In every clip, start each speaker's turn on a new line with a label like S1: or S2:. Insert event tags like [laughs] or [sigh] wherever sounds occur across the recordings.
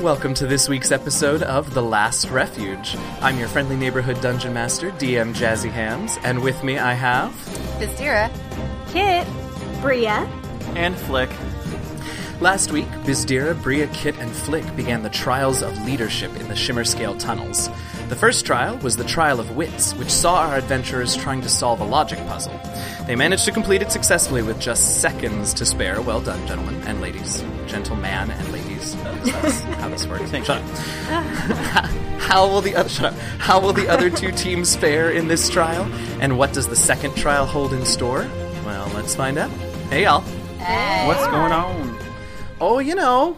S1: welcome to this week's episode of The Last Refuge. I'm your friendly neighborhood dungeon master, DM Jazzy Hams, and with me I have.
S2: Vistira.
S3: Kit,
S4: Bria,
S5: and Flick.
S1: Last week, Bizdira, Bria, Kit, and Flick began the trials of leadership in the Shimmerscale tunnels. The first trial was the Trial of Wits, which saw our adventurers trying to solve a logic puzzle. They managed to complete it successfully with just seconds to spare. Well done, gentlemen and ladies. Gentleman and ladies. Uh, That's how this works. Shut up. [laughs] How will the other, shut up. How will the other two teams fare in this trial? And what does the second trial hold in store? Well, let's find out. Hey, y'all.
S5: What's going on?
S1: Oh, you know,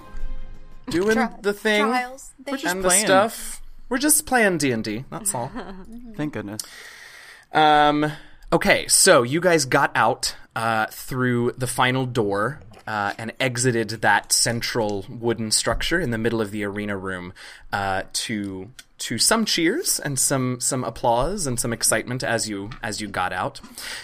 S1: doing the thing
S2: Trials. They
S5: just-
S1: and
S5: playing.
S1: the stuff. We're just playing D and D. That's all.
S5: Thank goodness.
S1: um, okay, so you guys got out uh, through the final door. Uh, and exited that central wooden structure in the middle of the arena room uh, to to some cheers and some some applause and some excitement as you as you got out.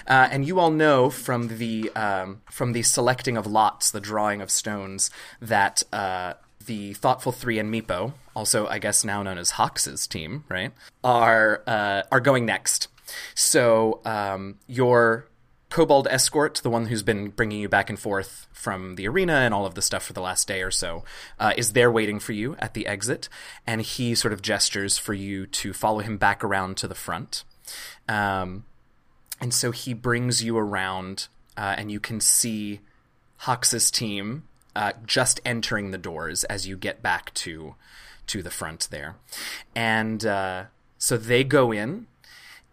S1: Uh, and you all know from the um, from the selecting of lots, the drawing of stones, that uh, the Thoughtful Three and Meepo, also I guess now known as Hox's team, right, are uh, are going next. So um, your Kobold escort, the one who's been bringing you back and forth from the arena and all of the stuff for the last day or so, uh, is there waiting for you at the exit, and he sort of gestures for you to follow him back around to the front. Um, and so he brings you around, uh, and you can see Hox's team uh, just entering the doors as you get back to to the front there, and uh, so they go in,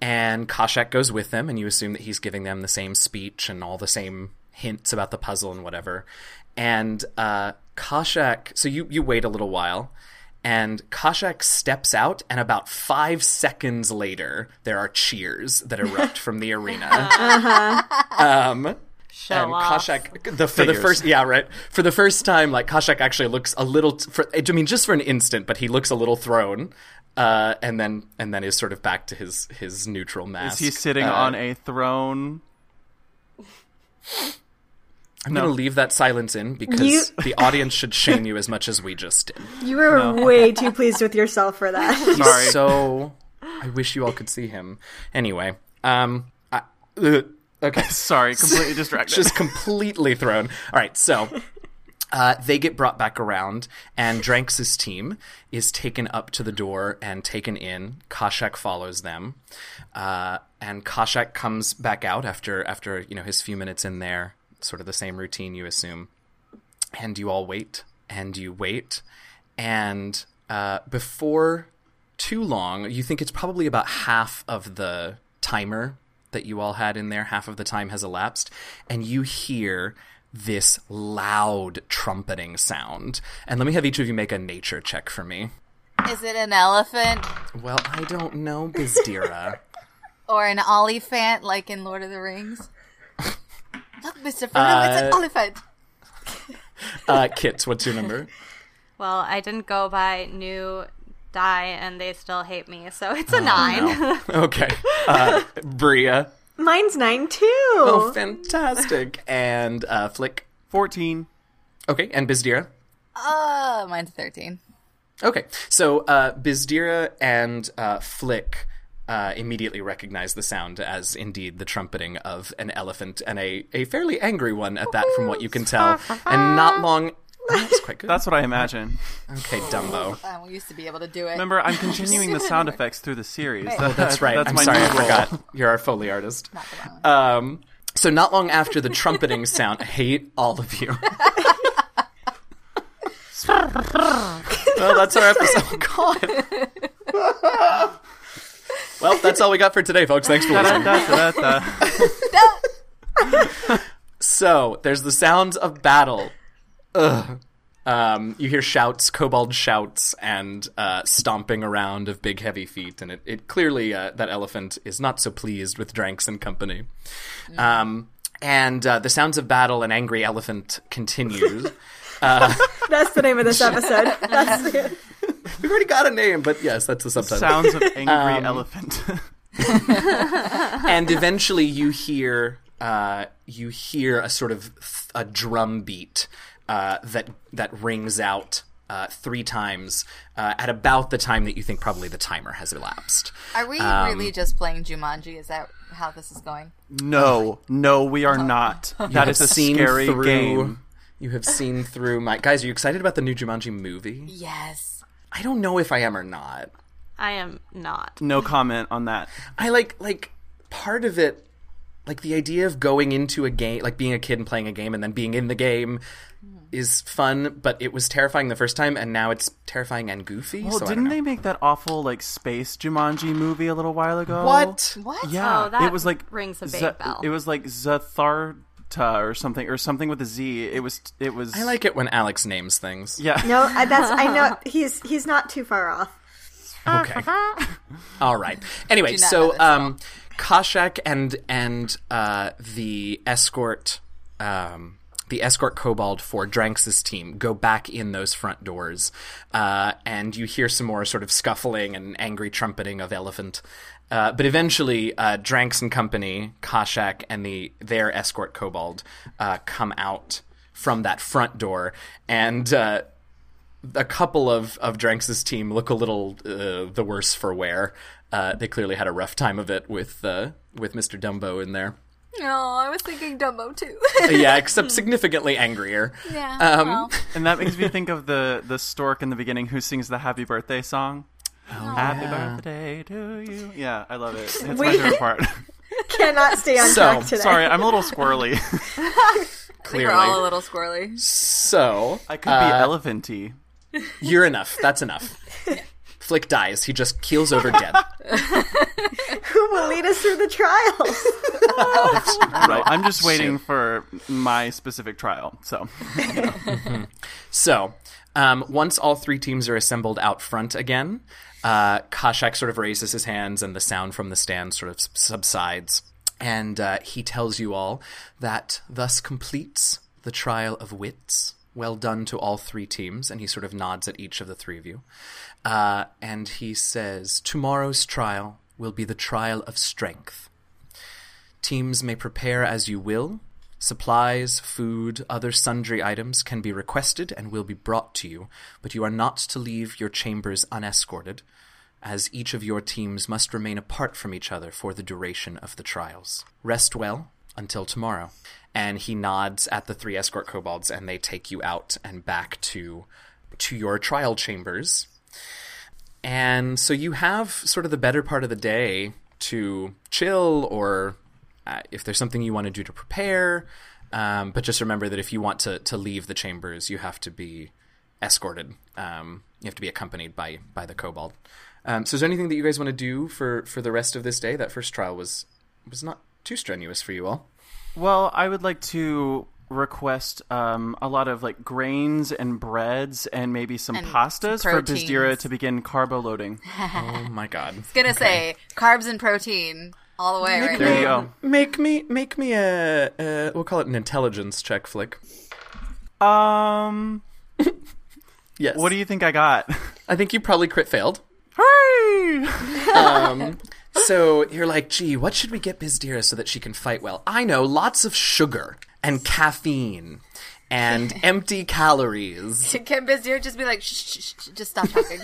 S1: and Koshak goes with them, and you assume that he's giving them the same speech and all the same hints about the puzzle and whatever. And uh, Koshak, so you you wait a little while, and Koshak steps out, and about five seconds later, there are cheers that erupt from the arena
S3: show
S1: um, and
S3: off.
S1: Koshak the, for the
S5: Figures.
S1: first yeah right for the first time like Koshak actually looks a little t- for, I mean just for an instant but he looks a little thrown uh, and then and then is sort of back to his his neutral mask.
S5: Is he sitting
S1: Uh,
S5: on a throne?
S1: I'm gonna leave that silence in because
S4: You-
S3: [laughs]
S1: the audience should shame you as much as we just did.
S4: you were
S5: [laughs]
S4: way too pleased with yourself for that.
S5: Sorry.
S1: So I wish you all could see him. Anyway, um, I, ugh, okay.
S5: Sorry, completely distracted.
S1: just completely thrown. All right, so uh, they get brought back around, and Dranx's team is taken up to the door and taken in. Koshak follows them, uh, and Koshak comes back out after after you know his few minutes in there. Sort of the same routine, you assume, and you all wait and you wait, and uh, before too long, you think it's probably about half of the timer that you all had in there, half of the time has elapsed, and you hear this loud trumpeting sound. And let me have each of you make a nature check for me.
S2: Is it an elephant
S1: Well, I don't know, Bizdira.
S2: or an olifant like in Lord of the Rings? [laughs] Look, Mr. Frodo, it's an
S1: Uh,
S2: olifant.
S1: [laughs] uh, Kits, what's your [laughs] number?
S3: Well, I didn't go by new die, and they still hate me, so
S5: Oh,
S3: it's a nine. [laughs]
S1: Oh, Okay. Uh, Bria.
S4: Mine's nine too.
S1: Oh, fantastic. And uh, Flick.
S5: 14.
S1: Okay, and Bizdira.
S2: Uh, mine's 13.
S1: Okay, so uh, Bizdira and uh, Flick uh, immediately recognize the sound as indeed the trumpeting of an elephant, and a, a fairly angry one at that, from what you can tell. And not
S5: [laughs]
S1: long. Oh, that's quite good.
S5: That's what I imagine.
S1: okay,
S5: [laughs]
S1: Dumbo.
S2: I Uh, used to be able to do it. [laughs]
S5: Remember, I'm continuing the sound effects through the series. That-
S1: That's right.
S5: Oh, That's
S1: I'm
S5: my
S1: sorry,
S5: new
S1: I
S5: role. [laughs]
S1: forgot. You're our Foley artist. Um, so not long after the trumpeting sound, I hate all of
S5: [laughs]
S1: you. [laughs] well, that's our episode. Oh,
S5: [laughs]
S1: God. well, that's all we got for today, folks. Thanks
S5: [laughs]
S1: for listening.
S5: Da-da-da-da-da.
S1: So there's the sounds of battle. Ugh. Um, you hear shouts, kobold shouts, and uh, stomping around of big heavy feet, and it, it clearly uh, that elephant is not so pleased with Dranks and company. Um, and uh, the sounds of battle and angry elephant continues.
S4: That's the name of this episode.
S5: [laughs]
S4: That's the-
S1: We've already got a name, but yes, that's the subtitle.
S5: Sounds of angry elephant. [laughs]
S1: and eventually you hear uh, you hear a sort of th- a drum beat uh, that that rings out uh, three times uh, at about the time that you think probably the timer has elapsed. Um,
S2: Are we
S5: Um,
S2: really just playing Jumanji? Is that how this is going?
S5: No, no, we are not. That is a scary game.
S1: You have seen through my guys. Are you excited about the new Jumanji movie?
S2: Yes.
S1: I don't know if I am or not.
S3: I am not.
S5: No comment on that.
S1: I like like part of it, like the idea of going into a game, like being a kid and playing a game, and then being in the game is fun. But it was terrifying the first time, and now it's terrifying and goofy.
S5: Well,
S1: so I don't
S5: didn't
S1: know.
S5: they make that awful like space Jumanji movie a little while ago?
S1: What?
S2: What?
S5: Yeah,
S3: Oh, that
S5: it was like
S3: rings a big
S5: Za-
S3: bell.
S5: It was like Zatharta or something or something with a Z. It was it was
S1: I like it when Alex names things.
S3: [laughs]
S5: yeah.
S4: No, I, that's I know he's he's not too far off.
S1: Okay.
S2: [laughs]
S1: All right. Anyway,
S2: Uh-huh. Do not
S1: so
S2: know this
S1: um, Kashak and and uh, the escort, um, the escort kobold for Dranx's team go back in those front doors, uh, and you hear some more sort of scuffling and angry trumpeting of elephant. Uh, but eventually, uh, Dranx and company, Kashak and the their escort kobold, uh, come out from that front door, and uh, a couple of of Dranx's team look a little uh, the worse for wear. Uh, they clearly had a rough time of it with uh, with Mr. Dumbo in there. Uh,
S2: No, Oh, I was thinking Dumbo too.
S1: yeah,
S2: [laughs]
S1: except significantly angrier.
S2: yeah.
S1: Um,
S2: well,
S5: And that makes me think of the the stork in the beginning who sings the happy birthday song.
S1: Oh,
S5: happy birthday to you. Yeah, I love it. It's my
S4: We-
S5: favorite
S3: [laughs]
S5: part.
S4: Cannot stay on
S1: So,
S4: track today.
S5: Sorry, I'm a little
S1: [laughs]
S5: squirrely.
S2: we're
S1: clearly.
S2: all a little squirrely.
S1: So
S5: I could
S1: Uh,
S5: be
S1: [laughs]
S5: elephanty.
S1: you're enough. That's
S2: [laughs]
S1: enough. Flick dies. He just keels over dead.
S4: [laughs] Who will lead us through
S5: [laughs]
S4: the trials?
S5: Right. I'm
S1: Oh,
S5: just waiting for my specific trial. So
S1: So, um, once all three teams are assembled out front again, uh, Kashak sort of raises his hands and the sound from the stand sort of s- subsides. And uh, he tells you all that thus completes the trial of wits. Well done to all three teams. And he sort of nods at each of the three of you. Uh, and he says, Tomorrow's trial will be the trial of strength. Teams may prepare as you will. Supplies, food, other sundry items can be requested and will be brought to you, but you are not to leave your chambers unescorted, as each of your teams must remain apart from each other for the duration of the trials. Rest well until tomorrow. And he nods at the three escort kobolds, and they take you out and back to to your trial chambers. And so you have sort of the better part of the day to chill, or uh, if there's something you want to do to prepare. Um, but just remember that if you want to, to leave the chambers, you have to be escorted. Um, you have to be accompanied by by the kobold. Um, so is there anything that you guys want to do for for the rest of this day? That first trial was was not too strenuous for you all.
S5: Well, I would like to request um, a lot of like grains and breads and maybe some
S2: And
S5: pastas
S2: some
S5: for
S2: proteins.
S5: Bizdira to begin carbo loading.
S1: Oh my god.
S2: Gonna say carbs and protein all the way right
S5: There
S2: now.
S5: you go.
S1: Make me make me a, a we'll call it an intelligence check flick.
S5: Um,
S1: Yes.
S5: what do you think I got? [laughs]
S1: I think you probably crit failed.
S5: Hooray!
S1: um, so you're like, gee, what should we get Bizdira so that she can fight well? I know, lots of sugar and caffeine and empty calories.
S2: Can Bizier just be like, shh, shh, shh, shh, just stop
S5: [laughs]
S2: talking.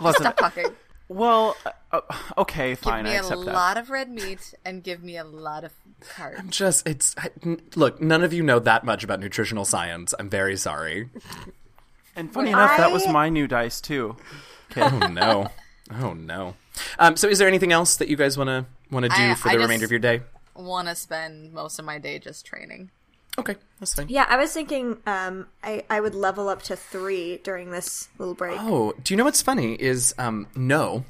S5: Listen,
S2: stop talking.
S5: well, uh, okay, [laughs] fine,
S2: give
S5: I
S2: me a
S5: accept that.
S2: lot of red meat and give me a lot of carbs.
S1: Just it's I- n- look, none of you know that much about nutritional science. I'm very sorry.
S5: and funny enough, that was
S4: I-
S5: my new dice too.
S1: [laughs] Oh no, oh no. Um, so is there anything else that you guys want to want to do
S2: I-
S1: for
S2: I
S1: the
S2: just-
S1: remainder of your day?
S2: Want to spend most of my day just training.
S1: Okay, that's fine.
S4: yeah, I was thinking um, I I would level up to three during this little break.
S1: Oh, do you know what's funny is um no.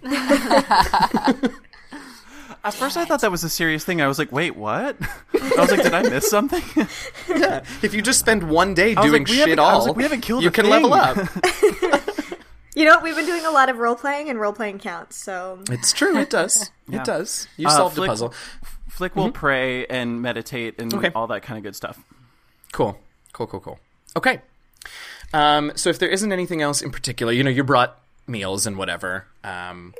S5: At first, I thought that was a serious thing. I was like, wait, what? [laughs] I was like, did I miss something? [laughs]
S1: If you just spend one day
S5: was
S1: doing
S5: like, we
S1: shit
S5: haven't- I was
S1: all,
S5: like, we haven't killed
S1: you
S5: a
S1: can
S5: thing.
S1: level up.
S5: [laughs]
S4: You know, we've been doing a lot of role playing, and role playing counts. So
S1: It's true. It
S5: [laughs]
S1: does. It does. You solved
S5: Uh, Flick-
S1: a puzzle.
S5: Flick will pray and meditate and
S1: Mm-hmm. Okay.
S5: all that kind of good stuff.
S1: Cool. Cool. Cool. Cool. Okay. Um, so if there isn't anything else in particular, you know, you brought meals and whatever um,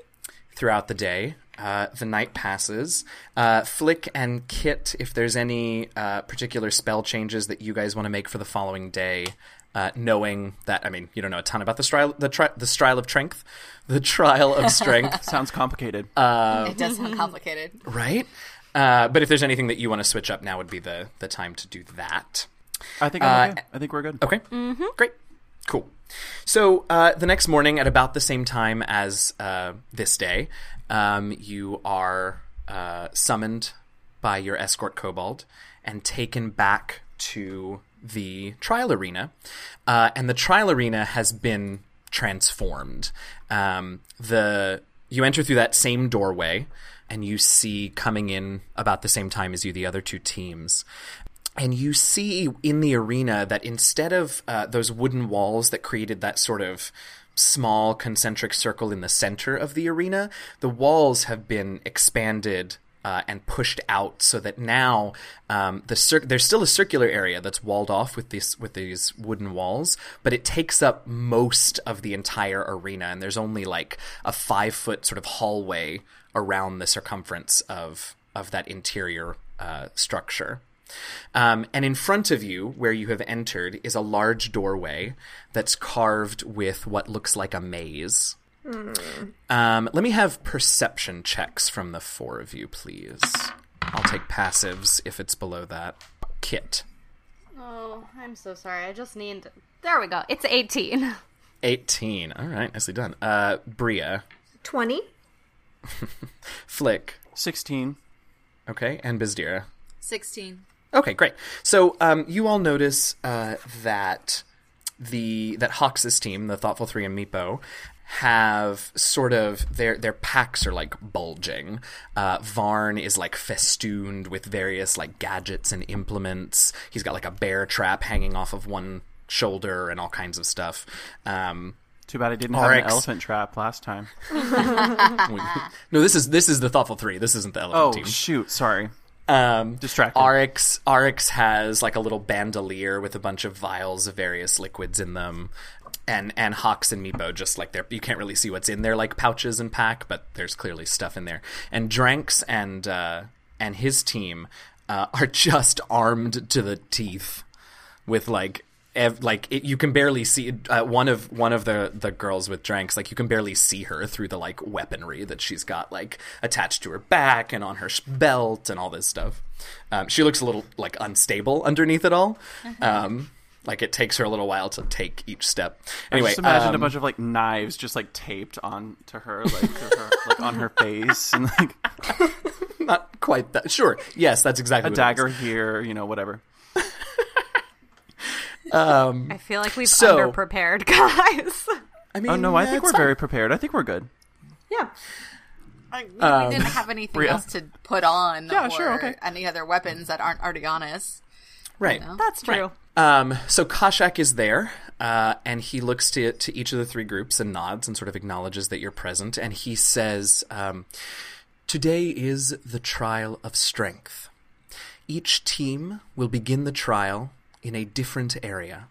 S1: throughout the day. Uh, the night passes. Uh, Flick and Kit, if there's any uh, particular spell changes that you guys want to make for the following day, uh, knowing that I mean you don't know a ton about the trial the tri- the trial of strength, the trial
S5: [laughs]
S1: of strength,
S5: Sounds complicated.
S1: Uh,
S5: Oh.
S2: it does sound complicated.
S1: right? Uh, but if there's anything that you want to switch up, now would be the the time to do that.
S5: I think
S1: uh,
S5: I'm okay. I think we're good.
S1: Okay. Mm-hmm. Great. Cool. So uh, the next morning, at about the same time as uh, this day, um, you are uh, summoned by your escort kobold and taken back to the trial arena. Uh, and the trial arena has been transformed. Um, the you enter through that same doorway, and you see coming in about the same time as you the other two teams and you see in the arena that instead of uh, those wooden walls that created that sort of small concentric circle in the center of the arena, the walls have been expanded. Uh, and pushed out so that now um, the cir- there's still a circular area that's walled off with these with these wooden walls, but it takes up most of the entire arena, and there's only like a five foot sort of hallway around the circumference of of that interior uh, structure. Um, and in front of you, where you have entered, is a large doorway that's carved with what looks like a maze. Um, let me have perception checks from the four of you, please. I'll take passives if it's below that. Kit,
S3: Oh, I'm so sorry. I just need. There we go.
S1: [laughs]
S3: It's 18.
S1: 18. All right, nicely done. Uh, Bria,
S4: 20.
S1: Flick,
S5: 16.
S1: okay, and Bizdira.
S2: 16.
S1: Okay, great. So um, you all notice uh, that the that Hawks' team, the Thoughtful Three and Meepo, have sort of their their packs are like bulging. Uh, Varn is like festooned with various like gadgets and implements. He's got like a bear trap hanging off of one shoulder and all kinds of stuff. Um,
S5: Too bad I didn't have an
S1: RX.
S5: elephant trap
S1: [laughs]
S5: last time.
S1: we- no, this is this is the Thoughtful Three. This isn't the Elephant
S5: Oh
S1: Team.
S5: shoot, sorry.
S1: Um,
S5: Distracted.
S1: Rx Rx has like a little bandolier with a bunch of vials of various liquids in them, and and Hawks and Meepo just like they're you can't really see what's in there like pouches and pack, but there's clearly stuff in there. And Dranks and uh, and his team uh, [laughs] are just armed to the teeth with like. Ev- like it, you can barely see uh, one of one of the the girls with dranks like you can barely see her through the like weaponry that she's got like attached to her back and on her sh- belt and all this stuff um, she looks a little like unstable underneath it all um, like it takes her a little while to take each step anyway
S5: just imagine a
S1: um,
S5: bunch of like knives just like taped on to her, like to her, like on her face, and
S1: [laughs]
S5: like
S1: not quite that sure yes that's exactly what
S5: a
S1: it is.
S5: dagger here, you know, whatever.
S3: I feel like we've
S1: So-
S3: underprepared, [laughs] guys.
S1: i mean
S5: Oh no, I think
S1: that's
S5: we're
S1: fine.
S5: very prepared. I think we're good.
S4: Yeah.
S2: I, we, we didn't have anything else to put on
S5: Um, Yeah,
S2: or
S5: sure, okay.
S2: any other weapons that aren't already on us.
S1: right
S3: That's true.
S1: Um, so Kashak is there, uh, and he looks to to each of the three groups and nods and sort of acknowledges that you're present, and he says, um, "Today is the trial of strength. Each team will begin the trial in a different area.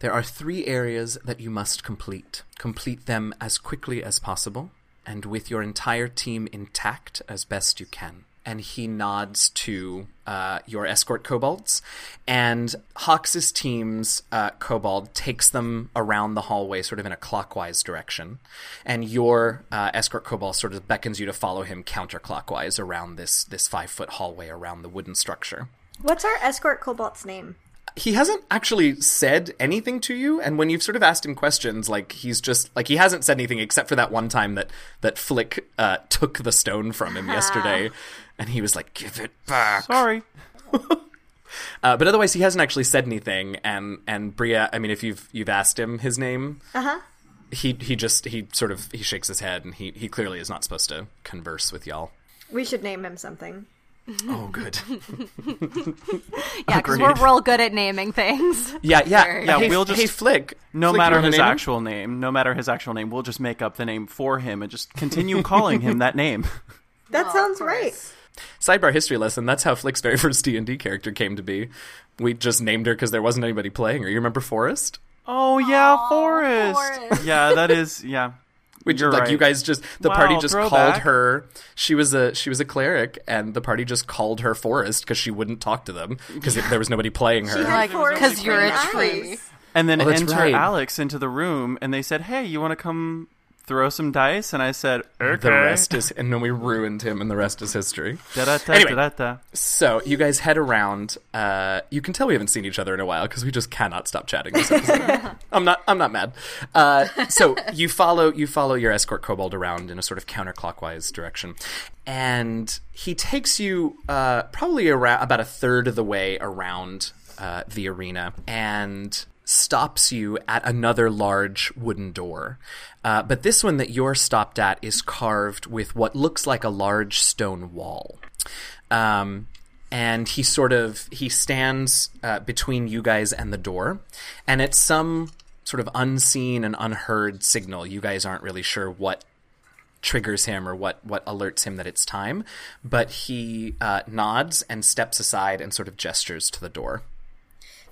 S1: There are three areas that you must complete. Complete them as quickly as possible, and with your entire team intact as best you can. And he nods to uh, your escort kobolds, and Hox's team's uh, kobold takes them around the hallway, sort of in a clockwise direction, and your uh, escort kobold sort of beckons you to follow him counterclockwise around this this five foot hallway around the wooden structure
S4: What's our escort cobalt's name?
S1: he hasn't actually said anything to you and when you've sort of asked him questions like he's just like he hasn't said anything except for that one time that that flick uh, took the stone from him yesterday and he was like give it back
S5: Sorry.
S1: uh, but otherwise he hasn't actually said anything and and bria i mean if you've you've asked him his name uh-huh he he just he sort of he shakes his head and he he clearly is not supposed to converse with y'all
S4: We should name him something.
S1: oh good
S3: Yeah, because we're real good at naming things.
S1: yeah yeah
S5: Yeah,
S1: hey,
S5: we'll
S1: hey,
S5: just-
S1: flick
S5: No
S1: Flick, you
S5: matter
S1: wanna
S5: his
S1: name him?
S5: actual name, no matter his actual name, we'll just make up the name for him and just continue calling him that
S1: [laughs]
S5: name.
S4: That sounds
S2: course.
S4: right.
S1: sidebar history lesson that's how flick's very [laughs] first d&d character came to be we just named her because there wasn't anybody playing her you remember forrest
S5: Oh yeah, Forrest.
S2: Forrest.
S5: Yeah, that is yeah.
S1: we
S5: You're
S1: like
S5: right.
S1: you guys just the
S5: Wow,
S1: party just called
S5: throwback.
S1: her she was a she was a cleric and the party just called her forrest because she wouldn't talk to them because there was nobody playing her
S4: had-
S2: Like,
S4: Forest
S2: because you're a
S4: Green
S2: tree.
S4: Eyes.
S5: And then
S1: Oh, that's
S5: enter
S1: right.
S5: Alex into the room, and they said, "Hey, you want to come throw some dice?" And I said, "Okay."
S1: The rest is, and then we ruined him, and the rest is history.
S5: Da-da-da,
S1: Anyway.
S5: da-da-da.
S1: So you guys head around. Uh, you can tell we haven't seen each other in a while because we just cannot stop chatting. This episode. I'm not. I'm not mad. Uh, so [laughs] you follow. You follow your escort kobold around in a sort of counterclockwise direction, and he takes you uh, probably around about a third of the way around uh, the arena and stops you at another large wooden door. Uh, but this one that you're stopped at is carved with what looks like a large stone wall um, and he sort of he stands uh, between you guys and the door and it's some sort of unseen and unheard signal you guys aren't really sure what triggers him or what what alerts him that it's time but he uh, nods and steps aside and sort of gestures to the door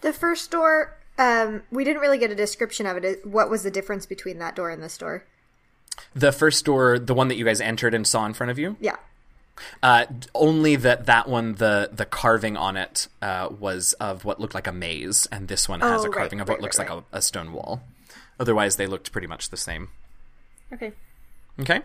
S4: The first door, um, we didn't really get a description of it. What was the difference between that door and this door?
S1: the first door the one that you guys entered and saw in front of you
S4: Yeah.
S1: Uh, d- only that that one, the the carving on it uh, was of what looked like a maze, and this one has
S4: Oh,
S1: a
S4: right,
S1: carving of what
S4: right,
S1: looks
S4: right,
S1: like a, a stone wall. Otherwise, they looked pretty much the same.
S4: Okay.
S1: Okay,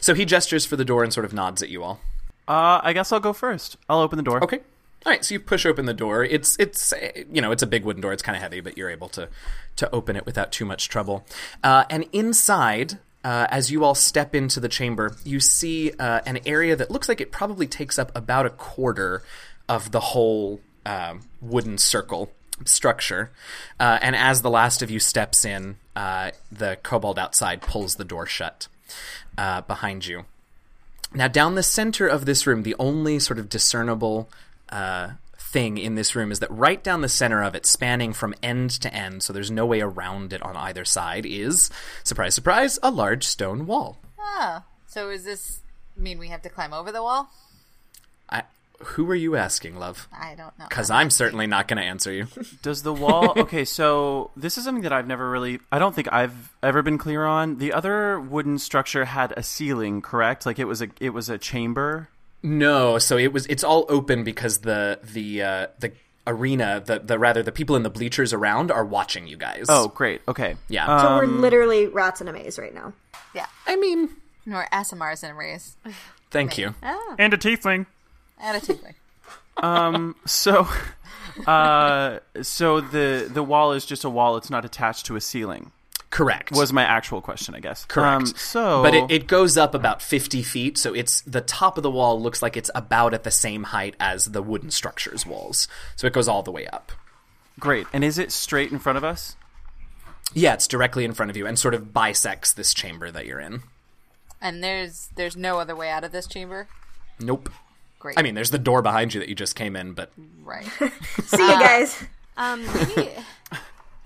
S1: so he gestures for the door and sort of nods at you all.
S5: Uh, I guess I'll go first. I'll open the door.
S1: Okay, all right. So you push open the door. It's it's uh, you know it's a big wooden door. It's kind of heavy, but you're able to to open it without too much trouble. Uh, and inside. Uh, as you all step into the chamber, you see uh, an area that looks like it probably takes up about a quarter of the whole um, wooden circle structure. Uh, and as the last of you steps in, uh, the kobold outside pulls the door shut uh, behind you. Now, down the center of this room, the only sort of discernible uh, thing in this room is that right down the center of it, spanning from end to end, so there's no way around it on either side, is, surprise, surprise, a large stone wall.
S2: Ah, so is this mean we have to climb over the wall?
S1: I, who are you asking, love?
S2: I don't know.
S1: Because I'm certainly not going to answer
S5: [laughs]
S1: you.
S5: Does
S1: [laughs]
S5: the wall? okay, so this is something that I've never really. I don't think I've ever been clear on. The other wooden structure had a ceiling, correct? Like it was a it was a chamber.
S1: No, so it was. It's all open because the the uh, the arena, the the rather the people in the bleachers around are watching you guys.
S5: Oh, great. Okay. Um,
S1: yeah.
S4: So we're
S1: Um,
S4: literally rats in a maze right now.
S2: Yeah,
S1: I mean,
S2: nor Asimars in a race.
S1: thank you.
S5: And a tiefling.
S2: Attitude.
S5: So, [laughs] uh, so the the wall is just a wall. It's not attached to a ceiling.
S1: Correct.
S5: Was my actual question, I guess.
S1: Correct.
S5: Um, so,
S1: but it, it goes up about 50 feet, so it's the top of the wall looks like it's about at the same height as the wooden structure's walls. So it goes all the way up.
S5: great. And is it straight in front of us?
S1: Yeah, it's directly in front of you and sort of bisects this chamber that you're in.
S2: And there's there's no other way out of this chamber.
S1: Nope.
S2: Great.
S1: I mean, there's the door behind you that you just came in, but
S2: right.
S4: [laughs] See [laughs] you guys.
S3: Um, maybe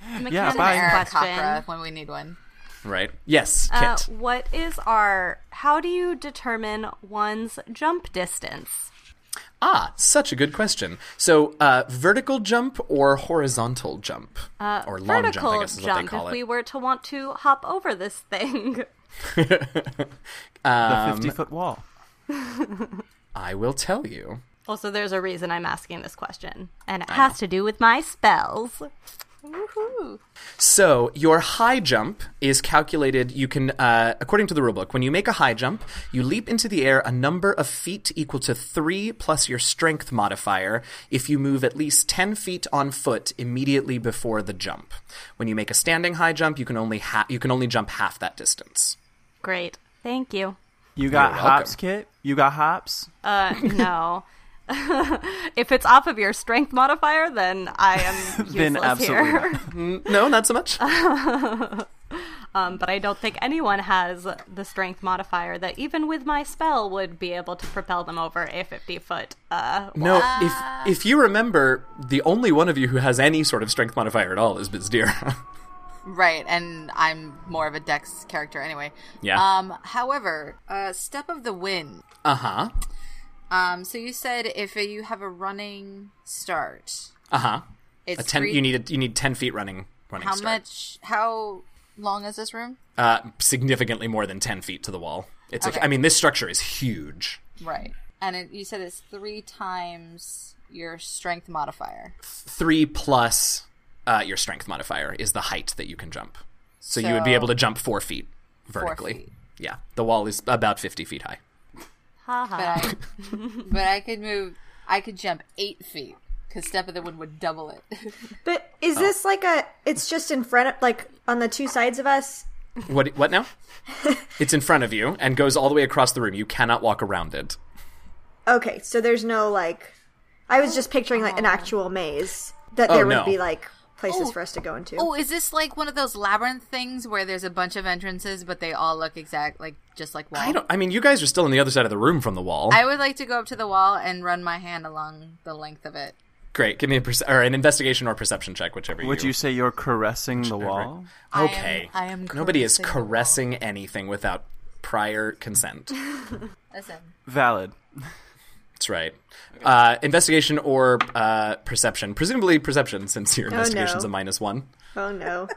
S5: Yeah,
S3: mechanics
S5: bye.
S2: Aarakocra,
S3: question.
S2: when we need one.
S1: right. Yes, Kit.
S3: Uh, what is our? How do you determine one's jump distance?
S1: ah, such a good question. So, uh, vertical jump or horizontal jump? Uh, or long jump, I
S3: Vertical
S1: guess is what they
S3: jump.
S1: call
S3: If
S1: it.
S3: we were to want to hop over this thing, [laughs]
S1: Um,
S5: The fifty foot wall.
S1: I will tell you.
S3: also there's a reason I'm asking this question, and it has to do with my spells. Woohoo!
S1: So your high jump is calculated. You can, uh, according to the rulebook, when you make a high jump, you leap into the air a number of feet equal to three plus your strength modifier if you move at least ten feet on foot immediately before the jump. When you make a standing high jump, you can only ha- you can only jump half that distance.
S3: Great, thank you.
S5: You got
S1: You're
S5: hops,
S1: welcome.
S5: Kit. You got hops.
S3: Uh, no. [laughs] if it's off of your strength modifier, then I am useless
S5: [laughs] Then absolutely
S3: here.
S1: No, not so much.
S3: [laughs] Um, but I don't think anyone has the strength modifier that even with my spell would be able to propel them over a 50 foot. Uh,
S1: No, if if you remember, the only one of you who has any sort of strength modifier at all is [laughs] Bizdira.
S2: Right, and I'm more of a Dex character anyway.
S1: Yeah.
S2: Um, however, uh, Step of the Wind.
S1: uh huh.
S2: Um, so you said if you have a running start,
S1: Uh huh.
S2: it's
S1: A ten.
S2: three-
S1: You need a, you need ten feet running. Running
S2: how
S1: start.
S2: much? How long is this room?
S1: uh, significantly more than 10 feet to the wall. It's
S2: Okay.
S1: a, I mean, this structure is huge.
S2: Right, and it, you said it's three times your strength modifier.
S1: Three plus uh, your strength modifier is the height that you can jump. So, you would be
S2: So-
S1: able to jump four feet vertically.
S2: feet.
S1: Yeah, the wall is about fifty feet high.
S3: Ha
S2: But
S3: ha.
S2: I, but I could move. I could jump eight feet because Step of the Wind would double it.
S4: But
S1: Oh.
S4: is this like a? It's just in front of, like on the two sides of us.
S1: What? What
S2: [laughs]
S1: now? it's in front of you and goes all the way across the room. You cannot walk around it.
S4: Okay, so there's no like. I was just picturing like an actual maze that there would
S1: Oh, no.
S4: be like places
S2: Oh.
S4: for us to go into.
S2: oh, is this like one of those labyrinth things where there's a bunch of entrances, but they all look exact like just like wall?
S1: I don't. I mean, you guys are still on the other side of the room from the wall.
S2: I would like to go up to the wall and run my hand along the length of it.
S1: Great. Give me a perce- or an investigation or perception check, whichever.
S5: Would you say you're caressing the wall?
S1: Okay.
S2: I am
S1: Nobody is
S2: caressing the wall.
S1: caressing anything without prior consent.
S2: Listen,
S5: Valid.
S1: That's right. Uh, investigation or uh, perception? Presumably perception, since your investigation's
S4: Oh,
S1: a
S4: no.
S1: minus one.
S4: Oh no,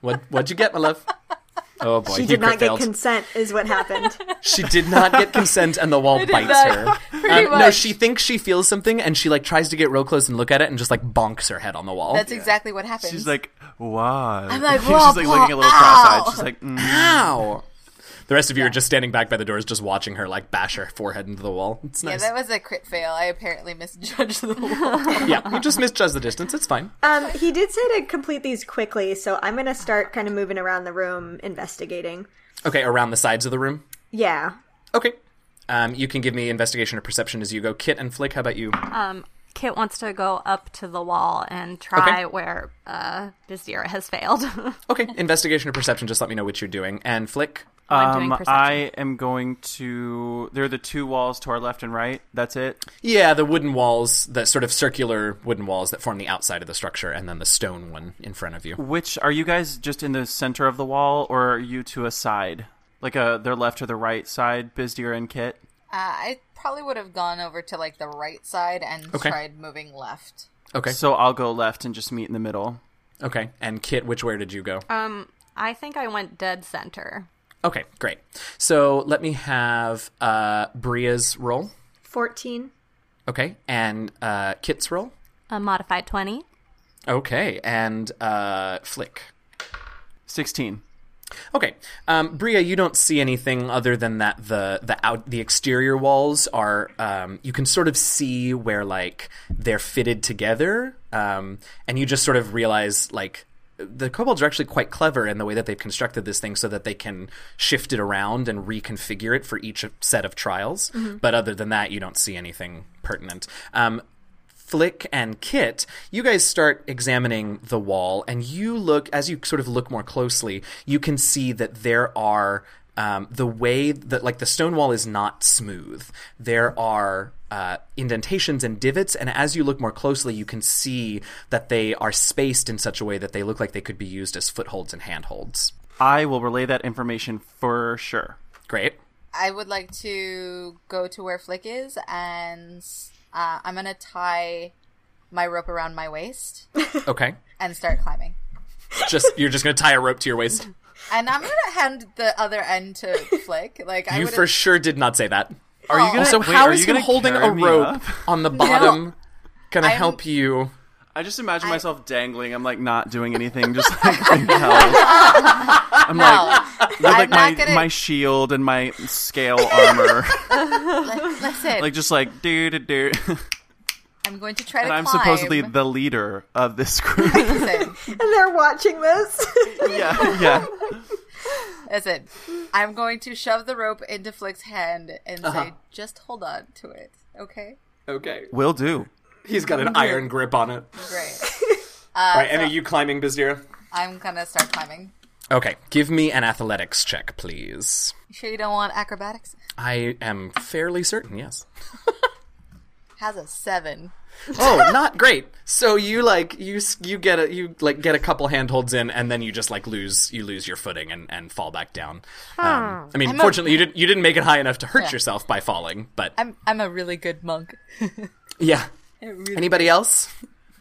S1: What? What'd you get, my love? Oh boy,
S4: she
S1: you
S4: did not get
S1: failed.
S4: consent, is
S2: [laughs]
S4: what happened.
S1: She did not get consent, and the
S4: [laughs]
S1: wall bites
S4: uh,
S1: her. Um, no,
S2: much.
S1: she thinks she feels something, and she like tries to get real close and look at it, and just like bonks her head on the wall.
S2: that's exactly what happens.
S5: She's like, why? I'm
S2: like,
S5: [laughs] She's
S2: "Whoa,
S5: like looking a
S2: Paul,
S5: little cross-eyed.
S2: ow."
S5: She's like, mm.
S1: Ow! The rest of you are just standing back by the doors, just watching her like bash her forehead into the wall. It's
S2: yeah,
S1: nice.
S2: that was a crit fail. I apparently misjudged the wall. Uh,
S1: yeah, you just misjudged the distance. It's fine.
S4: Um, he did say to complete these quickly, so I'm gonna start kind of moving around the room investigating.
S1: Okay, around the sides of the room.
S4: Yeah,
S1: Okay. Um, you can give me investigation or perception as you go. Kit and Flick, how about you?
S3: Um, Kit wants to go up to the wall and try
S1: Okay.
S3: where uh, Desira has failed. [laughs]
S1: Okay, investigation or perception. Just let me know what you're doing. And Flick.
S3: I'm doing
S5: um,
S3: perception.
S5: I am going to. There are the two walls to our left and right. That's it.
S1: Yeah, the wooden walls, the sort of circular wooden walls that form the outside of the structure, and then the stone one in front of you.
S5: Which are you guys just in the center of the wall, or are you to a side, like a their left or the right side, Bizdeer and Kit?
S2: Uh, I probably would have gone over to like the right side and
S1: Okay.
S2: tried moving left.
S1: Okay.
S5: So I'll go left and just meet in the middle.
S1: Okay. And Kit, which way did you go?
S3: um, I think I went dead center.
S1: okay, great. So let me have uh, Bria's roll.
S4: fourteen. [laughs]
S1: Okay. And uh, Kit's roll.
S3: A modified 20.
S1: Okay. And uh, Flick.
S5: Sixteen.
S1: Okay, um, Bria, you don't see anything other than that the the out the exterior walls are. Um, you can sort of see where like they're fitted together, um, and you just sort of realize like the kobolds are actually quite clever in the way that they've constructed this thing so that they can shift it around and reconfigure it for each set of trials. But other than that, you don't see anything pertinent. Um, Flick and Kit, you guys start examining the wall, and you look, as you sort of look more closely, you can see that there are, um, the way that, like, the stone wall is not smooth. There are uh, indentations and divots, and as you look more closely, you can see that they are spaced in such a way that they look like they could be used as footholds and handholds.
S5: I will relay that information for sure.
S1: Great.
S2: I would like to go to where Flick is, and uh, I'm gonna tie my rope around my waist
S1: Okay.
S2: and start climbing.
S1: just You're just going to tie a rope to your waist.
S2: And I'm gonna hand the other end to Flick. Like I Oh.
S1: You
S2: would've-
S1: for sure did not say that.
S5: Are you gonna?
S1: Also,
S5: wait,
S1: how
S5: are
S1: is
S5: you
S1: him
S5: gonna
S1: holding
S5: carry
S1: a
S5: me
S1: rope
S5: up?
S1: on the bottom gonna
S2: I'm-
S1: help you?
S5: I just imagine myself dangling. I'm like not doing anything, [laughs] just like in hell. I'm like
S2: No,
S5: with like
S2: I'm
S5: my,
S2: not gonna-
S5: my shield and my scale [laughs] armor,
S2: [laughs] listen.
S5: like just like do do do. [laughs]
S2: I'm going to try to
S5: And I'm
S2: climb. [laughs]
S5: supposedly the leader of this group.
S2: listen,
S4: And they're watching this.
S5: [laughs]
S4: [laughs]
S5: yeah, [laughs] yeah.
S2: listen. I'm going to shove the rope into Flick's hand and
S5: Uh-huh.
S2: say, "Just hold on to it, okay?"
S1: Okay.
S5: Will do.
S1: He's got an iron grip on it.
S2: Great. Uh,
S1: All right, and are you climbing, Bizdira?
S2: I'm gonna start climbing.
S1: Okay, give me an athletics check, please.
S2: You sure you don't want acrobatics?
S1: I am fairly certain,
S2: [laughs]
S1: yes.
S2: Has a seven.
S1: Oh, not great. So you like you s- you get a you like get a couple handholds in, and then you just like lose you lose your footing and, and fall back down. Um, I mean,
S2: a-
S1: fortunately, you didn't you didn't make it high enough to hurt
S2: Yeah.
S1: yourself by falling, but
S2: I'm I'm a really good monk.
S1: yeah.
S2: really-
S1: Anybody else?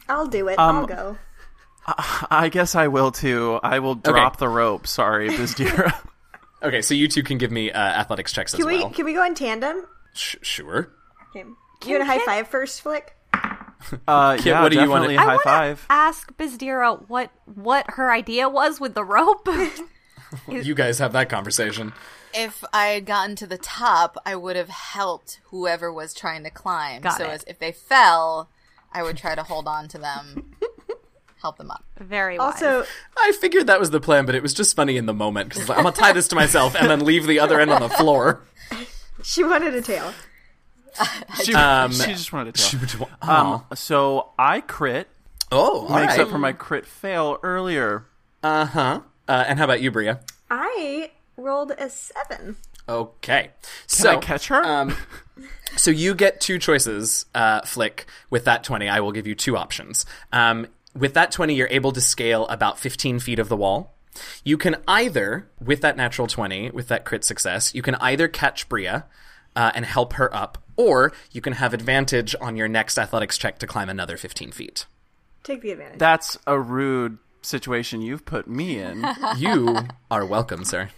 S4: I'll do it.
S5: Um,
S4: I'll go.
S5: I guess I will too. I will drop the rope.
S1: [laughs]
S5: Sorry, Bizdira.
S1: Okay, so you two can give me uh, athletics checks as
S4: Can we
S1: well.
S4: can we go in tandem?
S1: Sh- sure.
S4: Okay. You want a high five first, Flick?
S5: Uh, yeah,
S1: what do you wanna-
S5: definitely
S1: I
S5: high
S3: wanna
S5: five.
S3: Ask Bizdira what what her idea was with the rope. [laughs]
S1: You guys have that conversation.
S2: If I had gotten to the top, I would have helped whoever was trying to climb.
S3: Got
S2: so
S3: it.
S2: as if they fell, I would try to hold on to them, help them up.
S3: Very wise.
S4: Also,
S1: I figured that was the plan, but it was just funny in the moment because like, I'm gonna tie this to myself and then leave the other end on the floor.
S4: she wanted a tail.
S5: She,
S1: Um,
S5: she just wanted to tell.
S1: Aw.
S5: Um, so I crit,
S1: oh, all
S5: makes
S1: right.
S5: up for my crit fail earlier.
S1: Uh-huh. Uh And how about you, Bria?
S4: I rolled a seven.
S1: Okay. so
S5: I catch her? [laughs]
S1: Um, so you get two choices, uh, Flick. With that twenty, I will give you two options. Um, with that twenty, you're able to scale about fifteen feet of the wall. You can either, with that natural twenty, with that crit success, you can either catch Bria uh, and help her up, or you can have advantage on your next athletics check to climb another fifteen feet.
S4: Take the advantage.
S5: That's a rude situation you've put me
S3: [laughs]
S5: in.
S1: You
S5: [laughs]
S1: are welcome, sir.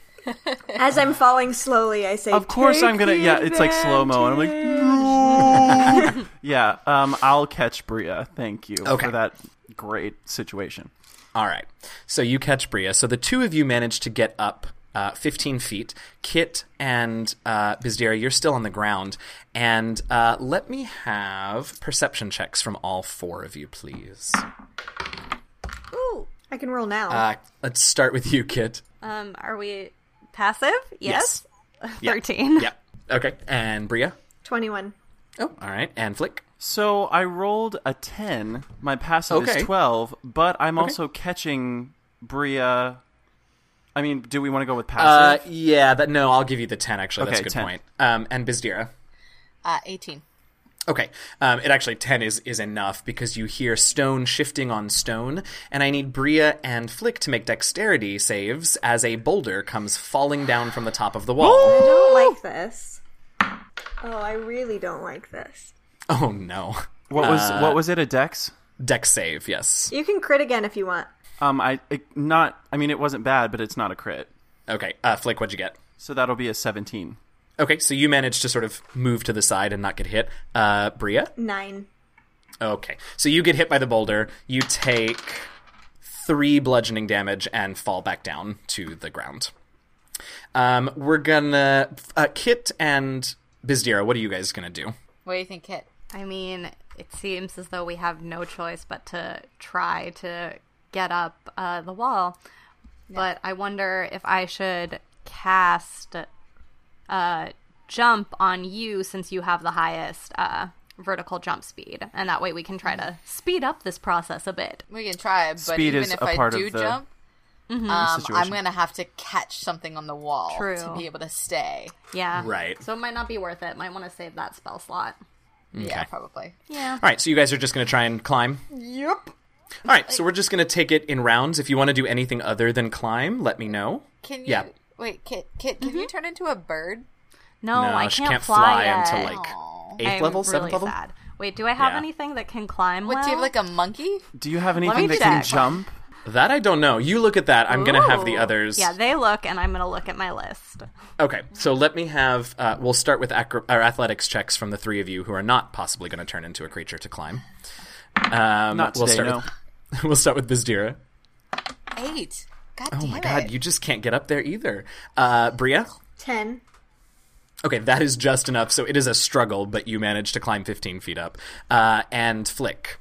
S4: As I'm falling slowly, I say,
S5: Of course
S4: "Take
S5: I'm gonna.
S4: the
S5: Yeah, it's like slow mo, and I'm like, no. [laughs] yeah. Um, I'll catch Bria. Thank you
S1: Okay.
S5: for that great situation.
S1: All right. So you catch Bria. So the two of you manage to get up uh, 15 feet. Kit and uh, Bizdira, you're still on the ground. And uh, let me have perception checks from all four of you, please.
S4: Ooh, I can roll now.
S1: Uh, let's start with you, Kit.
S3: um, are we passive? Yes.
S1: Yeah.
S3: Thirteen.
S1: Yeah. Okay. And Bria.
S4: Twenty-one.
S1: Oh, all right. And Flick.
S5: So I rolled a ten. My passive
S1: Okay.
S5: is twelve, but I'm also catching Bria. I mean, do we want to go with
S1: Uh,
S5: passive?
S1: yeah. That, no, I'll give you the 10, actually. That's
S5: Okay,
S1: a good
S5: 10.
S1: point. Um, and Bizdira.
S2: Uh, 18.
S1: Okay. Um, it actually ten is is enough because you hear stone shifting on stone, and I need Bria and Flick to make dexterity saves as a boulder comes falling down from the top of the
S4: I
S1: wall.
S4: don't like this. Oh, I really don't like this.
S1: oh no.
S5: what was
S1: uh,
S5: what was it? A dex?
S1: Dex save, yes.
S4: You can crit again if you want.
S5: Um, I it, not. I mean, it wasn't bad, but it's not a crit.
S1: Okay. Uh, Flick, what'd you get?
S5: So that'll be a seventeen.
S1: Okay, so you managed to sort of move to the side and not get hit. Uh, Bria?
S4: Nine.
S1: Okay. So you get hit by the boulder, you take three bludgeoning damage and fall back down to the ground. Um, we're gonna. Uh, Kit and Bizdira, what are you guys gonna do?
S2: What do you think, Kit?
S3: I mean, it seems as though we have no choice but to try to get up uh, the wall. But I wonder if I should cast uh, jump on you since you have the highest uh, vertical jump speed, and that way we can try to speed up this process a bit.
S2: We can try, but
S5: Speed
S2: even
S5: is
S2: if
S5: a
S2: I
S5: part
S2: do
S5: of the-
S2: jump, um, I'm
S5: situation.
S2: going to have to catch something on the wall to
S3: True.
S2: be able to stay.
S3: Yeah,
S1: Right.
S3: So it might not be worth it. Might want to save that spell slot.
S2: Yeah, probably.
S3: Yeah.
S1: All right, so you guys are just gonna try and climb.
S2: Yep.
S1: All right, so we're just gonna take it in rounds. If you want to do anything other than climb, let me know.
S2: Can you.
S1: Yeah.
S2: Wait, Kit, Kit, can you turn into a bird?
S3: No,
S1: no,
S3: I
S1: she
S3: can't,
S1: can't fly
S3: yet.
S1: until like
S2: Aw.
S1: eighth
S3: I'm
S1: level,
S3: really
S1: seventh level.
S3: Sad. Wait, do I have
S1: Yeah.
S3: anything that can climb?
S2: What, do you have
S3: well?
S2: like a monkey?
S5: Do you have
S3: me
S5: anything that can
S3: check.
S5: jump?
S1: That I don't know. You look at that. I'm gonna have the
S3: Ooh.
S1: others.
S3: Yeah, they look, and I'm gonna look at my list.
S1: Okay, so let me have. Uh, we'll start with acro- or athletics checks from the three of you who are not possibly going to turn into a creature to climb. Um,
S5: Not
S1: we'll
S5: today,
S1: start
S5: no.
S1: With, [laughs] we'll start with Bizdira.
S2: Eight. God
S1: Oh
S2: damn
S1: my
S2: it.
S1: god, you just can't get up there either. Uh, Bria.
S4: Ten.
S1: Okay, that is just enough. So it is a struggle, but you manage to climb 15 feet up. Uh, and Flick.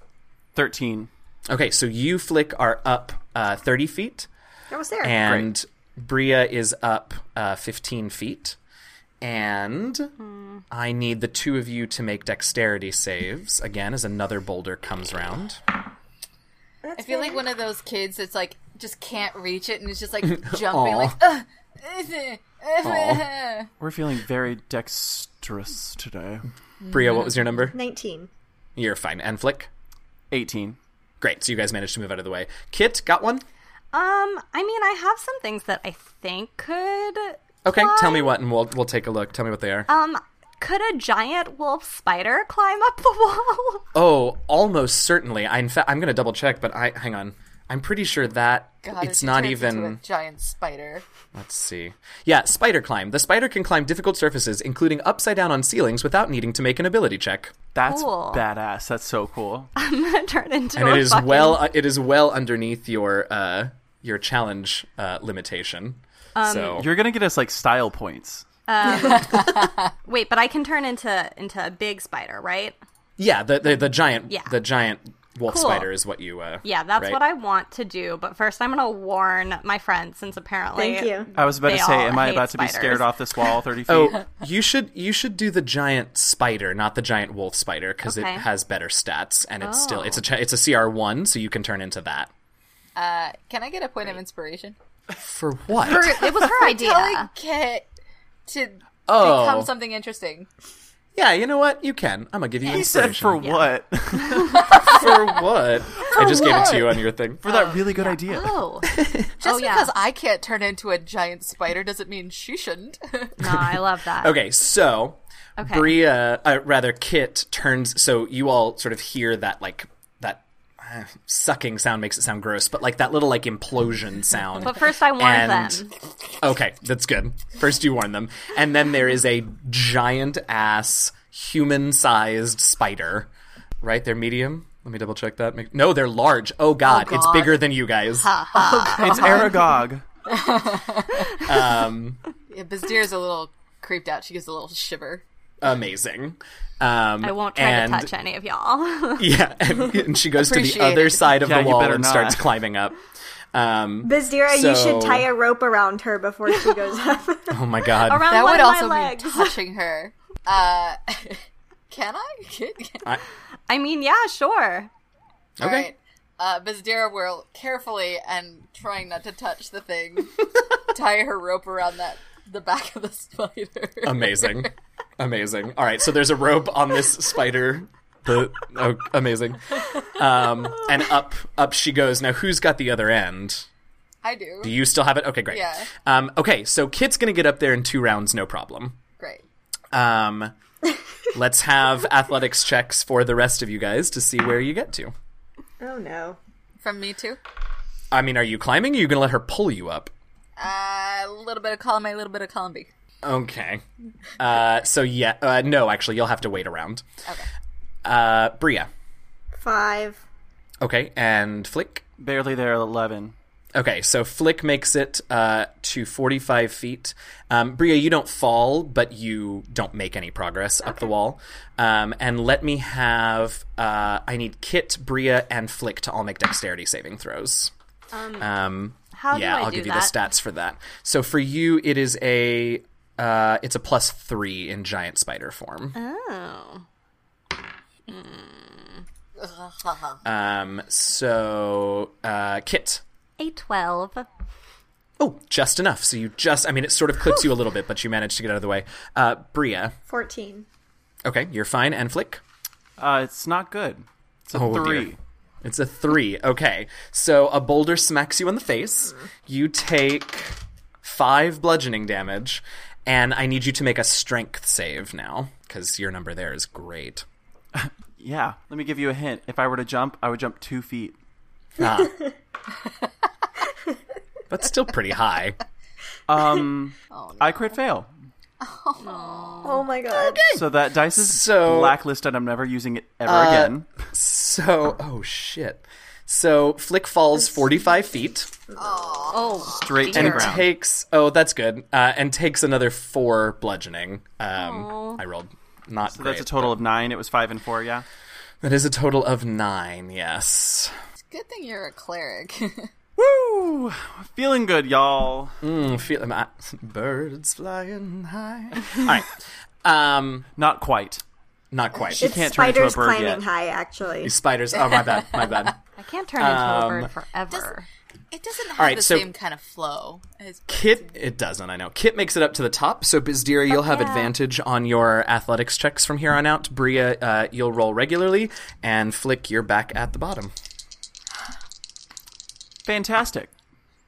S5: Thirteen.
S1: Okay, so you Flick are up uh, 30 feet.
S4: I was there.
S1: and Bria is up uh, 15 feet. And I need the two of you to make dexterity saves again as another boulder comes round.
S2: I feel like one of those kids that's like just can't reach it and
S1: [laughs]
S2: is just like jumping,
S1: Aw.
S2: like. Ugh, eh, eh, eh."
S5: We're feeling very dexterous today.
S1: Bria, what was your number?
S4: Nineteen.
S1: You're fine. And Flick?
S5: Eighteen.
S1: Great. So you guys managed to move out of the way. Kit, got one?
S3: Um, I mean, I have some things that I think could.
S1: Okay,
S3: climb.
S1: tell me what, and we'll, we'll take a look. Tell me what they are.
S3: Um, could a giant wolf spider climb up the [laughs] wall?
S1: oh, almost certainly. I, in fact, I'm going to double check, but I hang on. I'm pretty sure that
S2: God,
S1: it's
S2: she
S1: not
S2: turns into a
S1: even.
S2: giant spider.
S1: Let's see. Yeah, spider climb. The spider can climb difficult surfaces, including upside down on ceilings, without needing to make an ability check.
S5: That's
S3: Cool.
S5: badass. That's so cool.
S3: I'm gonna turn into
S1: And
S3: a
S1: it is
S3: fucking-
S1: well. Uh, it is well underneath your uh, your challenge uh, limitation.
S3: Um,
S1: so
S5: You're gonna get us like style points.
S3: Wait, but I can turn into into a big spider, right?
S1: yeah, the the, the giant
S3: Yeah.
S1: the giant wolf
S3: Cool.
S1: spider is what you. Uh,
S3: Yeah, that's
S1: right?
S3: what I want to do. But first, I'm gonna warn my friends since apparently
S4: Thank you.
S5: I was about
S3: They
S5: to say,
S3: all
S5: am I
S3: hate
S5: about to be
S3: spiders.
S5: scared off this wall
S1: [laughs]
S5: thirty feet?
S1: Oh, you should you should do the giant spider, not the giant wolf spider, because
S3: Okay.
S1: it has better stats and it's still
S3: Oh.
S1: it's a cha- it's a CR one, so you can turn into that.
S2: Uh, can I get a point of inspiration?
S1: For what?
S3: Her- it
S2: [laughs]
S3: was her
S2: Telling
S3: idea.
S2: Kit to
S1: Oh.
S2: become something interesting.
S1: yeah, you know what? You can. I'm gonna give you
S5: He
S1: inspiration.
S5: said for what?
S1: For
S3: [laughs]
S1: what? I just gave it to you on your thing.
S5: [laughs] for that really good idea.
S3: Oh,
S2: Just
S3: Oh, yeah.
S2: because I can't turn into a giant spider doesn't mean she shouldn't. [laughs]
S3: no, I love that.
S1: Okay, so
S3: Okay.
S1: Bria, uh, rather Kit turns. So you all sort of hear that like that uh, sucking sound makes it sound gross, but like that little like implosion sound.
S3: But first, I warn
S1: And-
S3: them.
S1: Okay, that's good. First, you warn them, and then there is a giant ass human sized spider. Right, they're medium. Let me double check that. Make- No, they're large. Oh god, it's
S2: God.
S1: bigger than you guys.
S5: It's Aragog.
S2: yeah, Bazdir is a little creeped out. She gives a little shiver.
S1: Amazing. Um,
S3: I won't try
S1: and,
S3: to touch any of y'all. [laughs]
S1: Yeah, and, and she goes to the
S2: Appreciate
S1: other
S2: it.
S1: side of
S5: Yeah,
S1: the
S5: you
S1: wall
S5: better
S1: and
S5: not.
S1: starts climbing up. Um,
S4: Bizdira,
S1: So-
S4: you should tie a rope around her before she
S3: [laughs]
S4: goes up.
S1: oh my god,
S3: Around
S2: That
S3: one
S2: would
S3: of
S2: also
S3: my
S2: [laughs]
S3: legs.
S2: be touching her. Uh, [laughs] can I? [laughs] Can- can-
S3: I mean, yeah, sure.
S2: All
S1: Okay.
S2: right. Uh, Bizdira will carefully and trying not to touch the thing, tie her rope around that the back of the spider.
S1: Um,
S2: [laughs]
S1: amazing, amazing. All right, so there's a rope on this spider. The oh, amazing, um, and up up she goes. Now who's got the other end?
S2: I do.
S1: Do you still have it? Okay, great.
S2: Yeah.
S1: Um, okay, so Kit's gonna get up there in two rounds, no problem.
S2: Great. [laughs]
S1: Um, let's have athletics checks for the rest of you guys to see where you get to.
S4: oh no.
S2: From me too.
S1: I mean, are you climbing? Or are you gonna let her pull you up?
S2: Uh, a little bit of column A, a little bit of column B.
S1: Okay. Uh, so yeah, uh, no, actually, you'll have to wait around.
S2: Okay.
S1: Uh, Bria.
S4: Five.
S1: Okay, and Flick.
S5: Barely there, eleven.
S1: Okay, so Flick makes it uh, to 45 feet. Um, Bria, you don't fall, but you don't make any progress up the wall. Um, and let me have. Uh, I need Kit, Bria, and Flick to all make dexterity saving throws. Um,
S3: how do
S1: yeah,
S3: I
S1: will
S3: do
S1: give you
S3: that?
S1: the stats for that. So for you, it is a. Uh, it's a plus three in giant spider form.
S3: Oh,
S1: Um, so uh, Kit,
S3: a twelve.
S1: Oh, just enough. So you just, I mean, it sort of clips you a little bit, but you manage to get out of the way. Uh, Bria.
S4: Fourteen.
S1: Okay, you're fine. And Flick?
S5: Uh, it's not good. It's a
S1: Oh, dear.
S5: three.
S1: It's a three. Okay. So a boulder smacks you in the face. You take five bludgeoning damage, and I need you to make a strength save now, because your number there is great.
S5: Yeah. Let me give you a hint. If I were to jump, I would jump two feet.
S1: Ah. That's still pretty high.
S5: Um, I crit fail.
S4: Oh my god.
S5: So that dice is
S1: So- uh,
S5: blacklisted. I'm never using it ever
S3: [laughs]
S5: again.
S1: So, oh shit. So Flick falls 45 feet.
S3: Oh,
S5: Straight to the
S3: dear.
S5: ground.
S1: takes oh that's good uh, and takes another four bludgeoning um i rolled not
S5: So
S1: great.
S5: that's a total of nine. It was five and four. Yeah.
S1: that is a total of nine yes
S2: It's a good thing you're a cleric. [laughs]
S5: Woo! Feeling good, y'all.
S1: Mm, feel, my, birds flying high all right um
S5: Not quite.
S1: not quite
S4: It's
S5: can't turn into a
S4: spiders
S5: bird yet.
S4: climbing high, actually.
S1: spiders oh my bad my bad
S3: I can't turn into a
S1: Um,
S3: bird forever.
S2: it doesn't have
S1: right,
S2: the
S1: so-
S2: same kind of flow. As
S1: kit it doesn't i know kit makes it up to the top so bizdira you'll have
S3: yeah.
S1: advantage on your athletics checks from here on out bria uh, you'll roll regularly and flick you're back at the bottom
S5: Fantastic.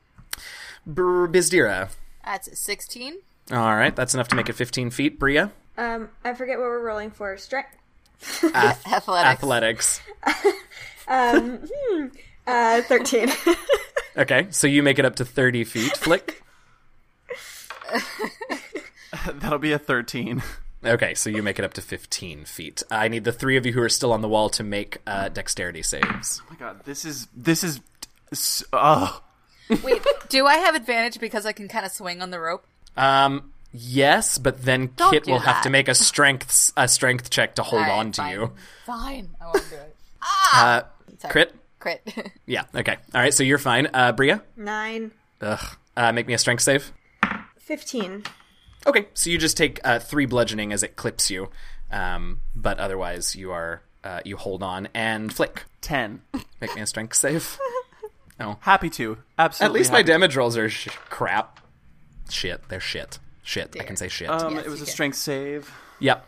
S5: [laughs]
S1: Br- bizdira
S2: That's a 16.
S1: all right that's enough to make it 15 feet bria
S4: Um, I forget what we're rolling for. Strength.
S2: Athletics.
S1: athletics.
S4: Uh,
S1: [laughs]
S4: 13.
S1: Okay, so you make it up to 30 feet. Flick.
S5: That'll be a [laughs] Oh 13.
S1: Okay, so you make it up to 15 feet. I need the three of you who are still on the wall to make uh, dexterity saves.
S5: Oh my god, this is this is s- oh.
S2: Wait, do I have advantage because I can kind of swing on the rope?
S1: Um, yes, but then
S3: Don't
S1: Kit
S3: do
S1: will have
S3: that.
S1: to make a strength a strength check to hold
S2: All right,
S1: on to
S2: fine.
S1: you.
S2: Fine, I won't
S1: [laughs]
S2: do it.
S1: Uh,
S2: Sorry.
S1: crit.
S2: Crit. [laughs]
S1: Yeah. Okay. All right. So you're fine. Uh, Bria.
S4: Nine.
S1: Ugh. Uh, make me a strength save.
S4: 15.
S1: Okay. So you just take uh, three bludgeoning as it clips you, um, but otherwise you are uh, you hold on and flick.
S5: 10.
S1: Make me a strength save.
S5: Happy to.
S1: At
S5: Absolutely.
S1: least my
S5: happy.
S1: damage rolls are sh- crap. Shit. They're shit. Shit. I can say shit.
S5: Um,
S2: Yes,
S5: it was
S2: you
S5: a
S2: did.
S5: strength save.
S1: yep.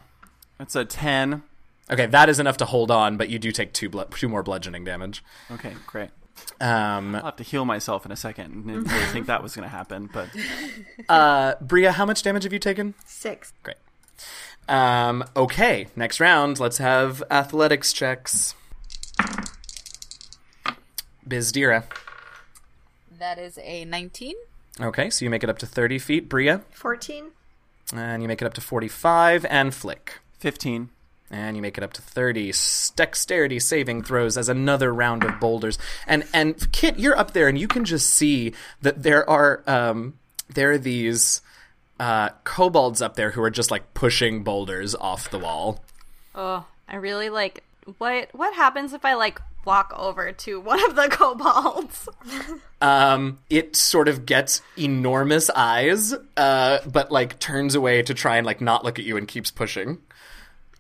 S5: That's a 10.
S1: Okay, that is enough to hold on, but you do take two blo- two more bludgeoning damage.
S5: Okay, great.
S1: Um,
S5: I'll have to heal myself in a second. I didn't really think that was going to happen, but
S1: uh, Bria, how much damage have you taken?
S4: Six.
S1: Great. Um, okay, next round. Let's have athletics checks. Bizdira.
S2: That is a 19.
S1: Okay, so you make it up to 30 feet, Bria,
S4: 14.
S1: and you make it up to 45, and Flick.
S5: 15.
S1: And you make it up to 30. S- Dexterity saving throws as another round of boulders. And and Kit, you're up there and you can just see that there are um there are these uh kobolds up there who are just like pushing boulders off the wall.
S3: Oh, I really like what what happens if I like walk over to one of the [laughs] kobolds?
S1: Um it sort of gets enormous eyes uh but like turns away to try and like not look at you and keeps pushing.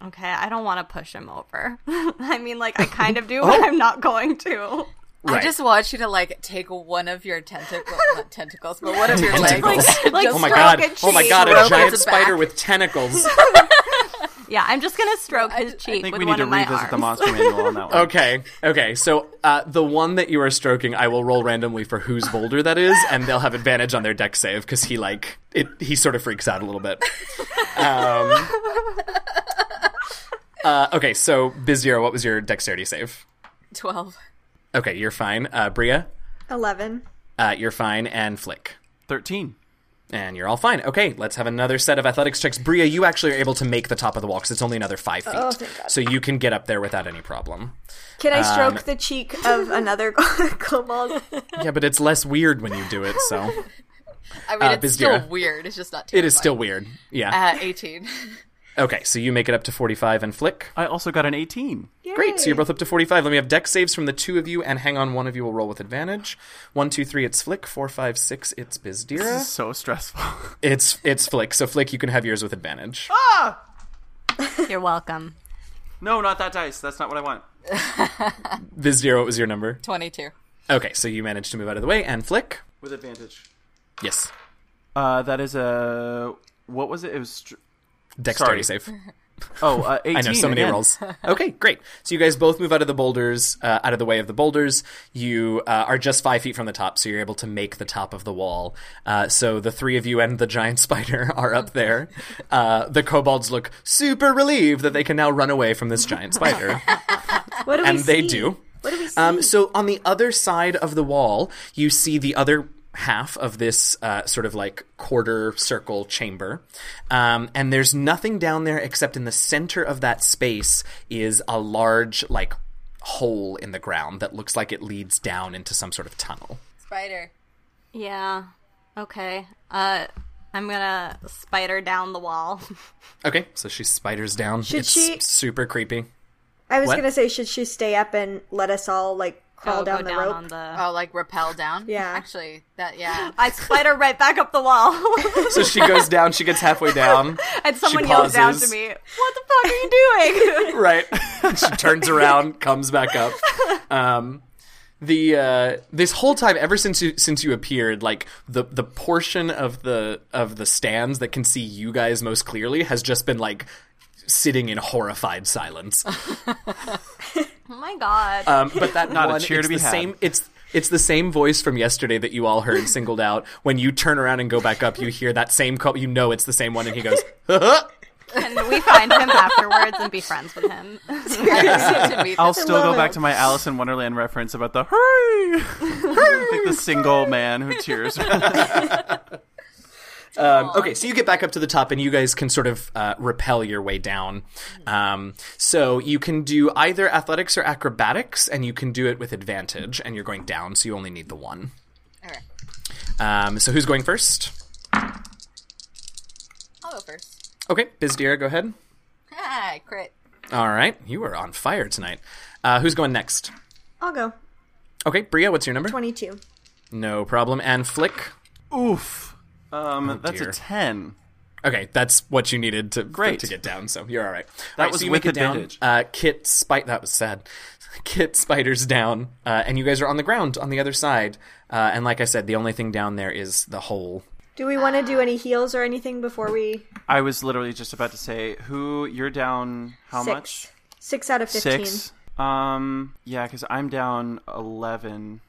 S3: Okay, I don't want to push him over. [laughs] I mean, like I kind of do,
S1: Oh.
S3: but I'm not going to.
S1: [laughs] Right.
S2: I just want you to like take one of your tentacles, not tentacles, but one of your legs.
S1: Tentacles.
S2: [laughs] and
S3: [laughs] Like-
S1: Oh my
S3: stroke
S1: god.
S3: and
S1: Oh my
S3: cheese.
S1: god, a
S2: Stroke
S1: giant
S2: his
S1: spider
S2: back.
S1: with
S2: [laughs]
S1: tentacles.
S3: Yeah, I'm just gonna stroke his cheek
S5: I think
S3: with
S5: we need
S3: one
S5: to
S3: of my
S5: revisit
S3: arms.
S5: the monster manual
S1: [laughs]
S5: on that one.
S1: Okay. Okay. So uh, the one that you are stroking, I will roll randomly for whose boulder that is, and they'll have advantage on their deck save because he like it. He sort of freaks out a little bit. Um, uh, okay. So Bizira, what was your dexterity save?
S2: 12.
S1: Okay, you're fine. Uh, Bria,
S4: 11.
S1: uh, you're fine, and Flick.
S5: 13.
S1: And you're all fine. Okay, let's have another set of athletics checks. Bria, you actually are able to make the top of the wall because it's only another five feet.
S4: Oh, thank God.
S1: So you can get up there without any problem.
S4: Can I stroke
S1: Um,
S4: the cheek
S1: [laughs]
S4: of another [laughs] kobold?
S1: Yeah, but it's less weird when you do it, so.
S2: I mean,
S1: Uh,
S2: it's
S1: Bizdira.
S2: still weird. It's just not
S1: It is still weird. Yeah.
S2: terrifying. Uh, [laughs] 18.
S1: Okay, so you make it up to 45 and flick.
S5: I also got an 18.
S1: Great, so you're both up to 45. Let me have deck saves from the two of you, and hang on, one of you will roll with advantage. One, two, three, it's flick. Four, five, six, it's
S5: This is
S1: Bizdira.
S5: so stressful.
S1: It's it's flick, so flick, you can have yours with advantage.
S3: You're welcome.
S5: no, not that dice. That's not what I want.
S1: Bizdira, what was your number?
S2: 22.
S1: Okay, so you managed to move out of the way, and flick.
S5: With advantage.
S1: Yes,
S5: Uh, that is a what was it? It was str-
S1: dexterity
S5: Sorry.
S1: save.
S5: oh,
S1: [laughs]
S5: uh, 18.
S1: I know so many
S5: again. [laughs]
S1: rolls. Okay, great. So you guys both move out of the boulders, uh, out of the way of the boulders. You uh, are just five feet from the top, so you're able to make the top of the wall. Uh, so the three of you and the giant [laughs] spider are up there. Uh, the kobolds look super relieved that they can now run away from this giant spider.
S4: What do we
S1: and they
S4: see?
S1: do.
S4: What do we see?
S1: Um, so on the other side of the wall, you see the other half of this uh, sort of like quarter circle chamber. Um, and there's nothing down there except in the center of that space is a large, like, hole in the ground that looks like it leads down into some sort of tunnel.
S2: Spider.
S3: Yeah. Okay. Uh, I'm gonna spider down the wall. [laughs]
S1: Okay, so she spiders down.
S4: Should
S1: it's
S4: she-
S1: super creepy.
S4: I was
S1: what?
S4: going to say, should she stay up and let us all, like, crawl
S3: I'll
S4: down
S3: go
S4: the
S3: down
S4: rope?
S3: on the.
S2: Oh, like rappel down?
S4: Yeah.
S2: Actually, that, yeah.
S3: [laughs] I spider right back up the wall, [laughs]
S1: So she goes down, she gets halfway
S4: [laughs]
S1: down.
S3: and someone yells down to
S1: pauses.
S3: me, "What the fuck are you doing?" [laughs]
S1: right [laughs] she turns around comes back up um the uh this whole time ever since you since you appeared like the the portion of the of the stands that can see you guys most clearly has just been like sitting in horrified silence
S3: oh my god.
S1: um but that
S5: Not a
S1: one,
S5: cheer
S1: it's
S5: to be
S1: the
S5: had.
S1: same it's it's the same voice from yesterday that you all heard singled out when you turn around and go back up you hear that same call you know it's the same one and he goes
S3: Can we find him afterwards and be friends with him?
S2: I need [laughs] to meet
S5: I'll
S2: this
S5: still go
S4: love
S5: back
S4: it.
S5: to my Alice in Wonderland reference about the
S4: [laughs]
S5: hurry, like the single man who cheers.
S1: Um, okay, so you get back up to the top, and you guys can sort of uh, repel your way down. Um, so you can do either athletics or acrobatics, and you can do it with advantage. And you're going down, so you only need the one.
S2: Okay.
S1: Um, so who's going first?
S2: I'll go first.
S1: Okay, Bizdira, go ahead.
S2: Hi, crit.
S1: All right, you are on fire tonight. Uh, who's going next?
S4: I'll go.
S1: Okay, Bria, what's your number?
S4: 22.
S1: No problem. And Flick.
S5: [laughs] Oof. Um, that's
S1: Oh, dear.
S5: a ten.
S1: Okay, that's what you needed to
S5: Great.
S1: to get down. So you're all right.
S5: That
S1: All right,
S5: was
S1: so you
S5: with
S1: make it
S5: advantage.
S1: down. Uh, Kit spite that was sad. [laughs] Kit spiders down, uh, and you guys are on the ground on the other side. Uh, and like I said, the only thing down there is the hole.
S4: Do we want to do any heals or anything before we.
S5: I was literally just about to say who you're down. How
S4: Six.
S5: much?
S4: Six out of 15.
S5: Six. Um. Yeah, because I'm down
S1: [laughs]
S5: eleven.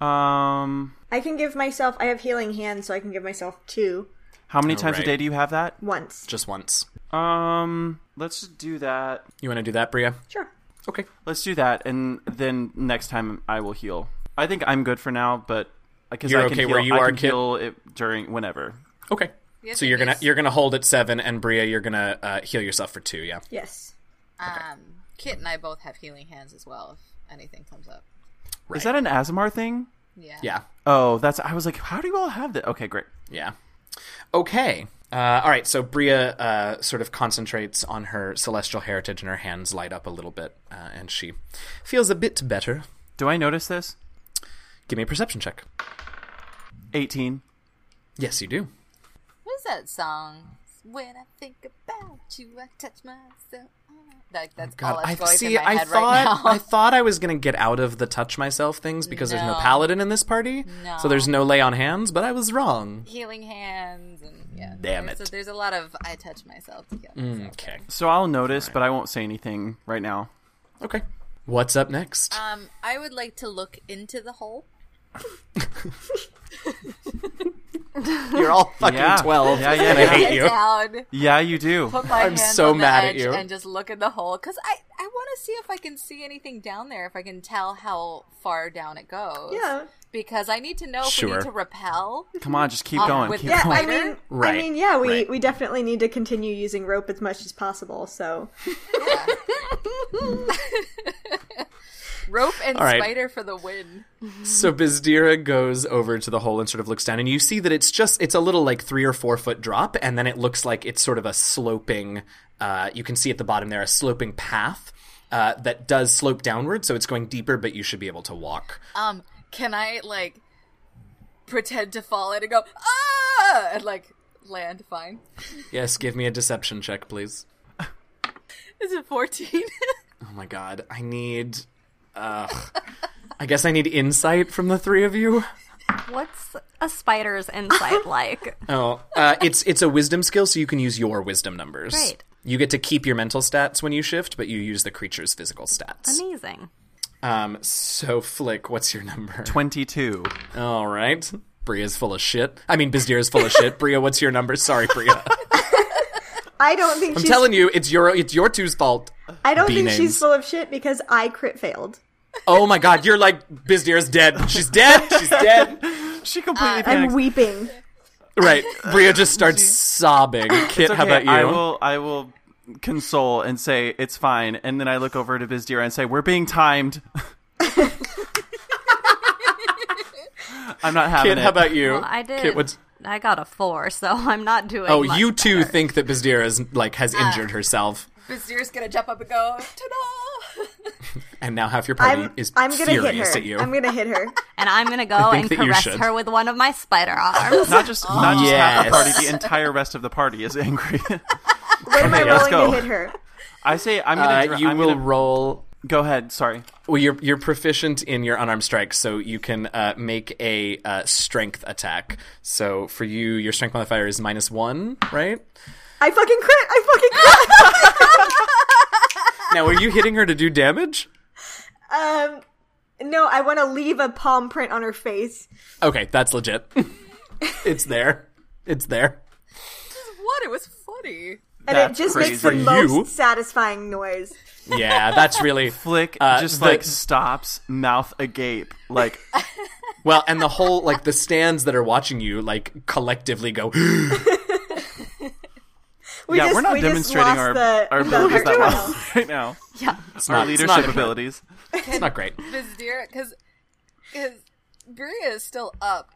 S5: um.
S4: I can give myself. I have healing hand, so I can give myself two
S5: How many times
S1: right.
S5: a day do you have that?
S4: once.
S1: Just once.
S5: Um. Let's just do that.
S1: You want to do that, Bria?
S4: Sure.
S1: Okay.
S5: Let's do that, and then next time I will heal. I think I'm good for now, but because
S1: You're
S5: I can
S1: okay
S5: heal,
S1: where you
S5: I
S1: are,
S5: can
S1: Kit?
S5: heal it during whenever.
S1: Okay.
S2: Yes,
S1: so you're
S2: it
S1: gonna
S2: is.
S1: you're gonna hold at seven, and Bria, you're gonna uh, heal yourself for two. Yeah.
S4: Yes.
S2: Um, Kit and I both have healing hands as well. If anything comes up.
S5: Is that an Azamar thing?
S2: Yeah.
S1: Yeah.
S5: Oh, that's. I was like, how do you all have that? Okay, great.
S1: Yeah. Okay. Uh, all right. So Bria uh, sort of concentrates on her celestial heritage, and her hands light up a little bit, uh, and she feels a bit better.
S5: Do I notice this?
S1: Give me a perception check.
S5: 18.
S1: Yes, you do.
S2: What is that song? When I think about you, I touch myself. Like that's all that's going Oh, through my
S1: I
S2: head
S1: thought I
S2: right now. [laughs]
S1: thought I was gonna get out of the touch myself things because there's no
S2: No.
S1: paladin in this party, so
S2: No.
S1: there's no lay on hands. But I was wrong.
S2: healing hands and yeah.
S1: Damn
S2: there's,
S1: it. Mm.
S2: So there's a lot of I touch myself to heal. myself.
S1: Okay.
S5: So I'll notice, but I won't say anything right now.
S1: Okay. What's up next?
S2: Um, I would like to look into the hole.
S1: You're all fucking
S5: Yeah.
S1: twelve.
S5: Yeah, yeah,
S1: and I
S5: yeah.
S1: hate you. [laughs]
S2: Down.
S5: Yeah, you do.
S2: Put my
S1: I'm
S2: hands
S1: so
S2: on the
S1: mad at
S2: edge
S1: you.
S2: and just look in the hole because I I want to see if I can see anything down there if I can tell how far down it goes.
S4: Yeah.
S2: Because I need to know if we
S1: Sure.
S2: need to repel.
S5: Come on, just keep
S2: Uh,
S5: going.
S2: with
S5: Keep
S2: that-
S4: Yeah, I
S5: going.
S4: mean,
S1: Right,
S4: I mean, yeah, we,
S1: right.
S4: we definitely need to continue using rope as much as possible. So
S2: Rope and
S1: All right.
S2: spider for the win.
S1: So Bizdira goes over to the hole and sort of looks down, and you see that it's just it's a little like three or four foot drop, and then it looks like it's sort of a sloping. Uh, you can see at the bottom there a sloping path uh, that does slope downward, so it's going deeper, but you should be able to walk.
S2: Um, can I like pretend to fall in and go ah and like land fine?
S1: Yes, give me a deception check, please.
S2: Is it fourteen? [laughs]
S1: Oh my god, I need. Ugh. I guess I need insight from the three of you.
S3: [laughs] What's a spider's [laughs] insight like?
S1: Oh, uh, it's it's a wisdom skill, so you can use your wisdom numbers.
S3: Great.
S1: You get to keep your mental stats when you shift, but you use the creature's physical stats.
S3: Amazing.
S1: Um, so Flick, what's your number?
S5: 22.
S1: All right. Bria's full of shit. I mean, Bizdira is full of shit. Bria, what's your number? Sorry,
S4: [laughs]
S1: Bria.
S4: I don't think
S1: I'm
S4: she's
S1: telling you, it's your it's your two's fault.
S4: I don't
S1: B
S4: think
S1: names.
S4: she's full of shit because I crit failed.
S1: Oh my god, you're like Bizdira's dead. She's dead. She's dead.
S5: She completely
S4: I'm
S5: panics.
S4: weeping.
S1: Right. Bria just starts sobbing. Kit,
S5: It's
S1: how
S5: okay,
S1: about you?
S5: I will, I will console and say, it's fine. And then I look over to Bizdira and say, we're being timed. [laughs] I'm not having
S1: Kit,
S5: it.
S1: how about you?
S3: Well, I did.
S1: Kit, what's
S3: I got a four, so I'm not doing.
S1: Oh,
S3: much
S1: you two
S3: better.
S1: think that Bizdira is like has injured herself,
S2: Bazir's gonna jump up and go ta-da! [laughs]
S1: and now half your party
S4: I'm
S1: is
S4: I'm gonna hit
S1: furious
S4: her.
S1: at you.
S4: I'm gonna
S1: [laughs]
S4: hit her.
S3: And I'm gonna go
S1: think
S3: and
S1: that you
S3: caress
S1: should.
S3: her with one of my spider [laughs] arms.
S5: Not just, not just half
S1: Yes.
S5: the party, the entire rest of the party is angry. [laughs]
S4: What am I
S5: let's
S4: rolling
S5: go.
S4: to hit her?
S5: I say, I'm going
S1: uh,
S5: to.
S1: you
S5: I'm
S1: will
S5: gonna-
S1: roll
S5: Go ahead. Sorry.
S1: Well, you're you're proficient in your unarmed strike, so you can uh, make a uh, strength attack. So for you, your strength modifier is minus one, right?
S4: I fucking crit. I
S1: Now, are you hitting her to do damage?
S4: fucking crit. Um, [laughs] no, I want to leave a palm print on her face.
S1: [laughs] Okay, that's legit. it's there. It's there.
S2: What? It was fun. funny.
S4: and it
S5: That's
S4: just makes the
S5: crazy.
S1: For you.
S4: most satisfying noise.
S1: Yeah, that's really
S5: Flick
S1: Uh,
S5: just
S1: the-
S5: like stops, mouth agape, like
S1: well, and the whole like the stands that are watching you like collectively go.
S4: [laughs]
S1: [gasps]
S4: We
S5: yeah,
S4: just,
S5: we're not
S4: we
S5: demonstrating
S4: just
S5: our,
S4: lost the,
S5: our
S4: [laughs] the
S5: abilities that
S4: heart
S5: well [laughs]
S4: channel.
S5: right now.
S3: Yeah.
S1: It's
S5: Our
S1: not, it's
S5: leadership
S1: not,
S5: abilities.
S1: It's not great.
S2: Vizdira, because because Bria is still up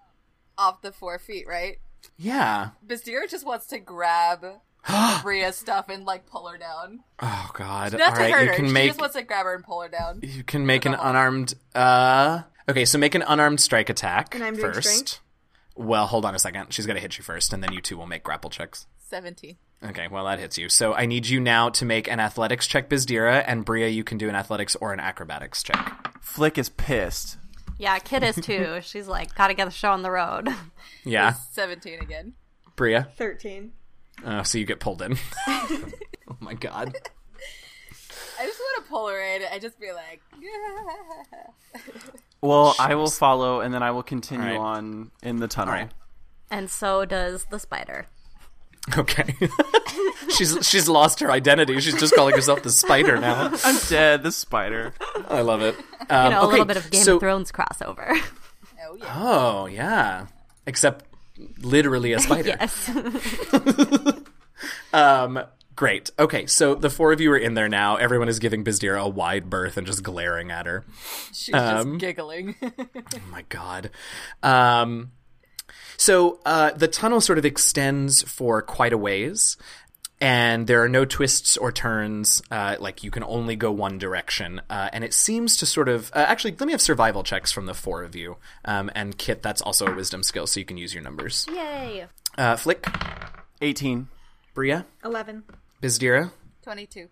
S2: off the four feet, right?
S1: Yeah.
S2: Vizdira just wants to grab
S1: [gasps]
S2: Bria's stuff and like pull her down.
S1: Oh God.
S2: Not
S1: All
S2: to
S1: right,
S2: hurt
S1: you
S2: her.
S1: can
S2: She
S1: make
S2: just wants to grab her and pull her down.
S1: you can make an unarmed. uh Okay, so make an unarmed strike attack
S4: And I'm doing
S1: first.
S4: strength?
S1: Well, hold on a second. She's gonna hit you first, and then you two will make grapple checks.
S2: Seventeen.
S1: Okay, well that hits you. So I need you now to make an athletics check, Bizdira, and Bria. You can do an athletics or an acrobatics check.
S5: Flick is pissed.
S3: Yeah, Kid is too. She's like, gotta get the show on the road. [laughs]
S1: Yeah,
S2: Seventeen again.
S1: Bria.
S4: Thirteen.
S1: Uh, so you get pulled in. [laughs] oh my god.
S2: I just want to pull her in and just be like, [laughs]
S5: Well, I will follow, and then I will continue
S1: All right.
S5: on in the tunnel.
S1: All right.
S3: And so does the spider.
S1: Okay. [laughs] she's she's lost her identity. She's just calling herself the spider now. [laughs]
S5: I'm dead. The spider.
S1: I love it.
S3: You
S1: Um,
S3: know, a
S1: okay,
S3: little bit of Game
S1: so-
S3: of Thrones crossover. [laughs]
S2: oh yeah.
S1: Oh yeah. Except literally a spider.
S3: yes.
S1: Um great. Okay, so the four of you are in there now. Everyone is giving Bizdira a wide berth and just glaring at her.
S2: She's just giggling. [laughs]
S1: Oh my god. Um so uh the tunnel sort of extends for quite a ways. And there are no twists or turns. Uh, like you can only go one direction, uh, and it seems to sort of. Uh, actually, let me have survival checks from the four of you. Um, and Kit, that's also a wisdom skill, so you can use your numbers.
S3: Yay.
S1: Uh, Flick,
S5: 18.
S1: Bria,
S4: Eleven.
S1: Bizdira,
S2: Twenty-two.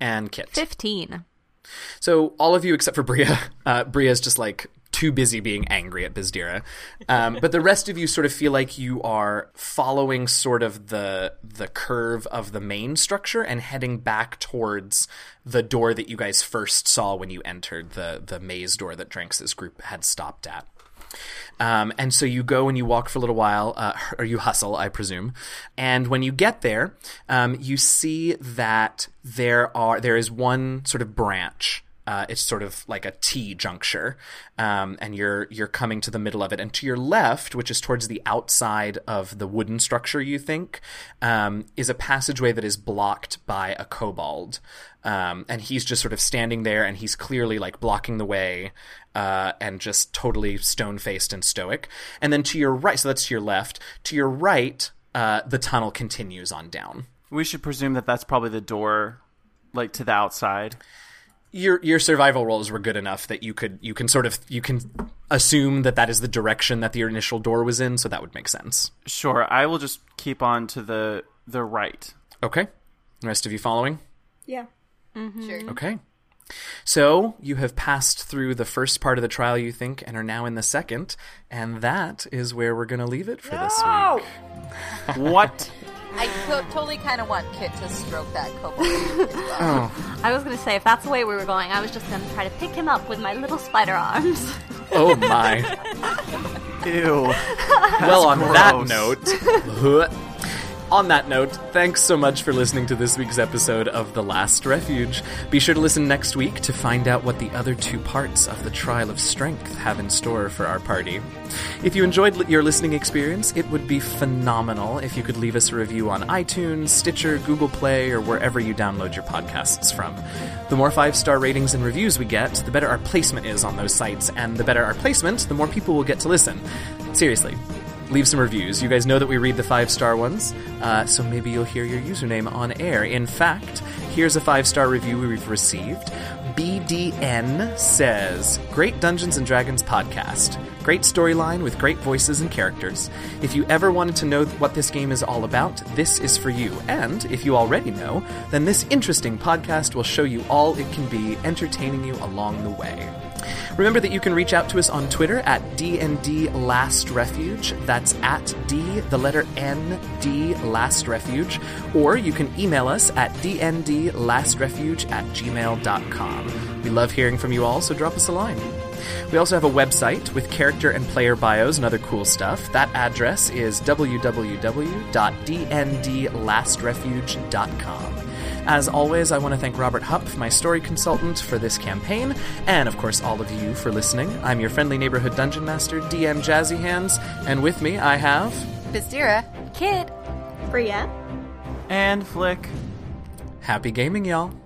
S1: and Kit.
S3: 15.
S1: So all of you except for Bria, [laughs] uh, Bria's just like too busy being angry at Bizdira, um, but the rest of you sort of feel like you are following sort of the the curve of the main structure and heading back towards the door that you guys first saw when you entered the the maze door that Dranx's group had stopped at. Um, and so you go and you walk for a little while, uh, [laughs] or you hustle, I presume. And when you get there, um, you see that there are there is one sort of branch. Uh, it's sort of like a T juncture, um, and you're you're coming to the middle of it. And to your left, which is towards the outside of the wooden structure, you think, um, is a passageway that is blocked by a kobold. Um, and he's just sort of standing there, and he's clearly like blocking the way uh, and just totally stone faced and stoic. And then to your right, so that's to your left. To your right, uh, the tunnel continues on down.
S5: We should presume that that's probably the door, like to the outside.
S1: Your your survival rolls were good enough that you could you can sort of you can assume that that is the direction that the initial door was in, so that would make sense.
S5: Sure. I will just keep on to the
S1: [laughs]
S5: the right.
S1: Okay, the rest of you following.
S4: Yeah.
S2: Sure.
S1: Okay. So you have passed through the first part of the trial, you think, and are now in the second, and that is where we're going to leave it for this week.
S5: What?
S2: I to- totally kind of want Kit to stroke that kobold. [laughs] as well.
S3: I was gonna say, if that's the way we were going, I was just gonna try to pick him up with my little spider arms. [laughs]
S1: Oh my!
S5: Ew.
S1: well, on that
S5: gross.
S1: note, [laughs] on that note, thanks so much for listening to this week's episode of The Last Refuge. Be sure to listen next week to find out what the other two parts of the Trial of Strength have in store for our party. If you enjoyed li- your listening experience, it would be phenomenal if you could leave us a review on iTunes, Stitcher, Google Play, or wherever you download your podcasts from. The more five star ratings and reviews we get, the better our placement is on those sites, and the better our placement, the more people will get to listen. Seriously leave some reviews. You guys know that we read the five star ones, uh, so maybe you'll hear your username on air. In fact, here's a five star review we've received. BDN says, Great Dungeons and Dragons podcast. Great storyline with great voices and characters. If you ever wanted to know what this game is all about, this is for you. And if you already know, then this interesting podcast will show you all it can be, entertaining you along the way. Remember that you can reach out to us on Twitter at DND Last Refuge. That's at D, the letter N, D Last Refuge. Or you can email us at DND Last Refuge at gmail.com. We love hearing from you all, so drop us a line. We also have a website with character and player bios and other cool stuff. That address is www.dndlastrefuge.com. As always, I want to thank Robert Hupp, my story consultant, for this campaign, and of course all of you for listening. I'm your friendly neighborhood dungeon master, DM Jazzy Hands, and with me I have
S2: Bastira.
S3: Kid.
S4: Bria.
S5: And flick.
S1: Happy Gaming, y'all.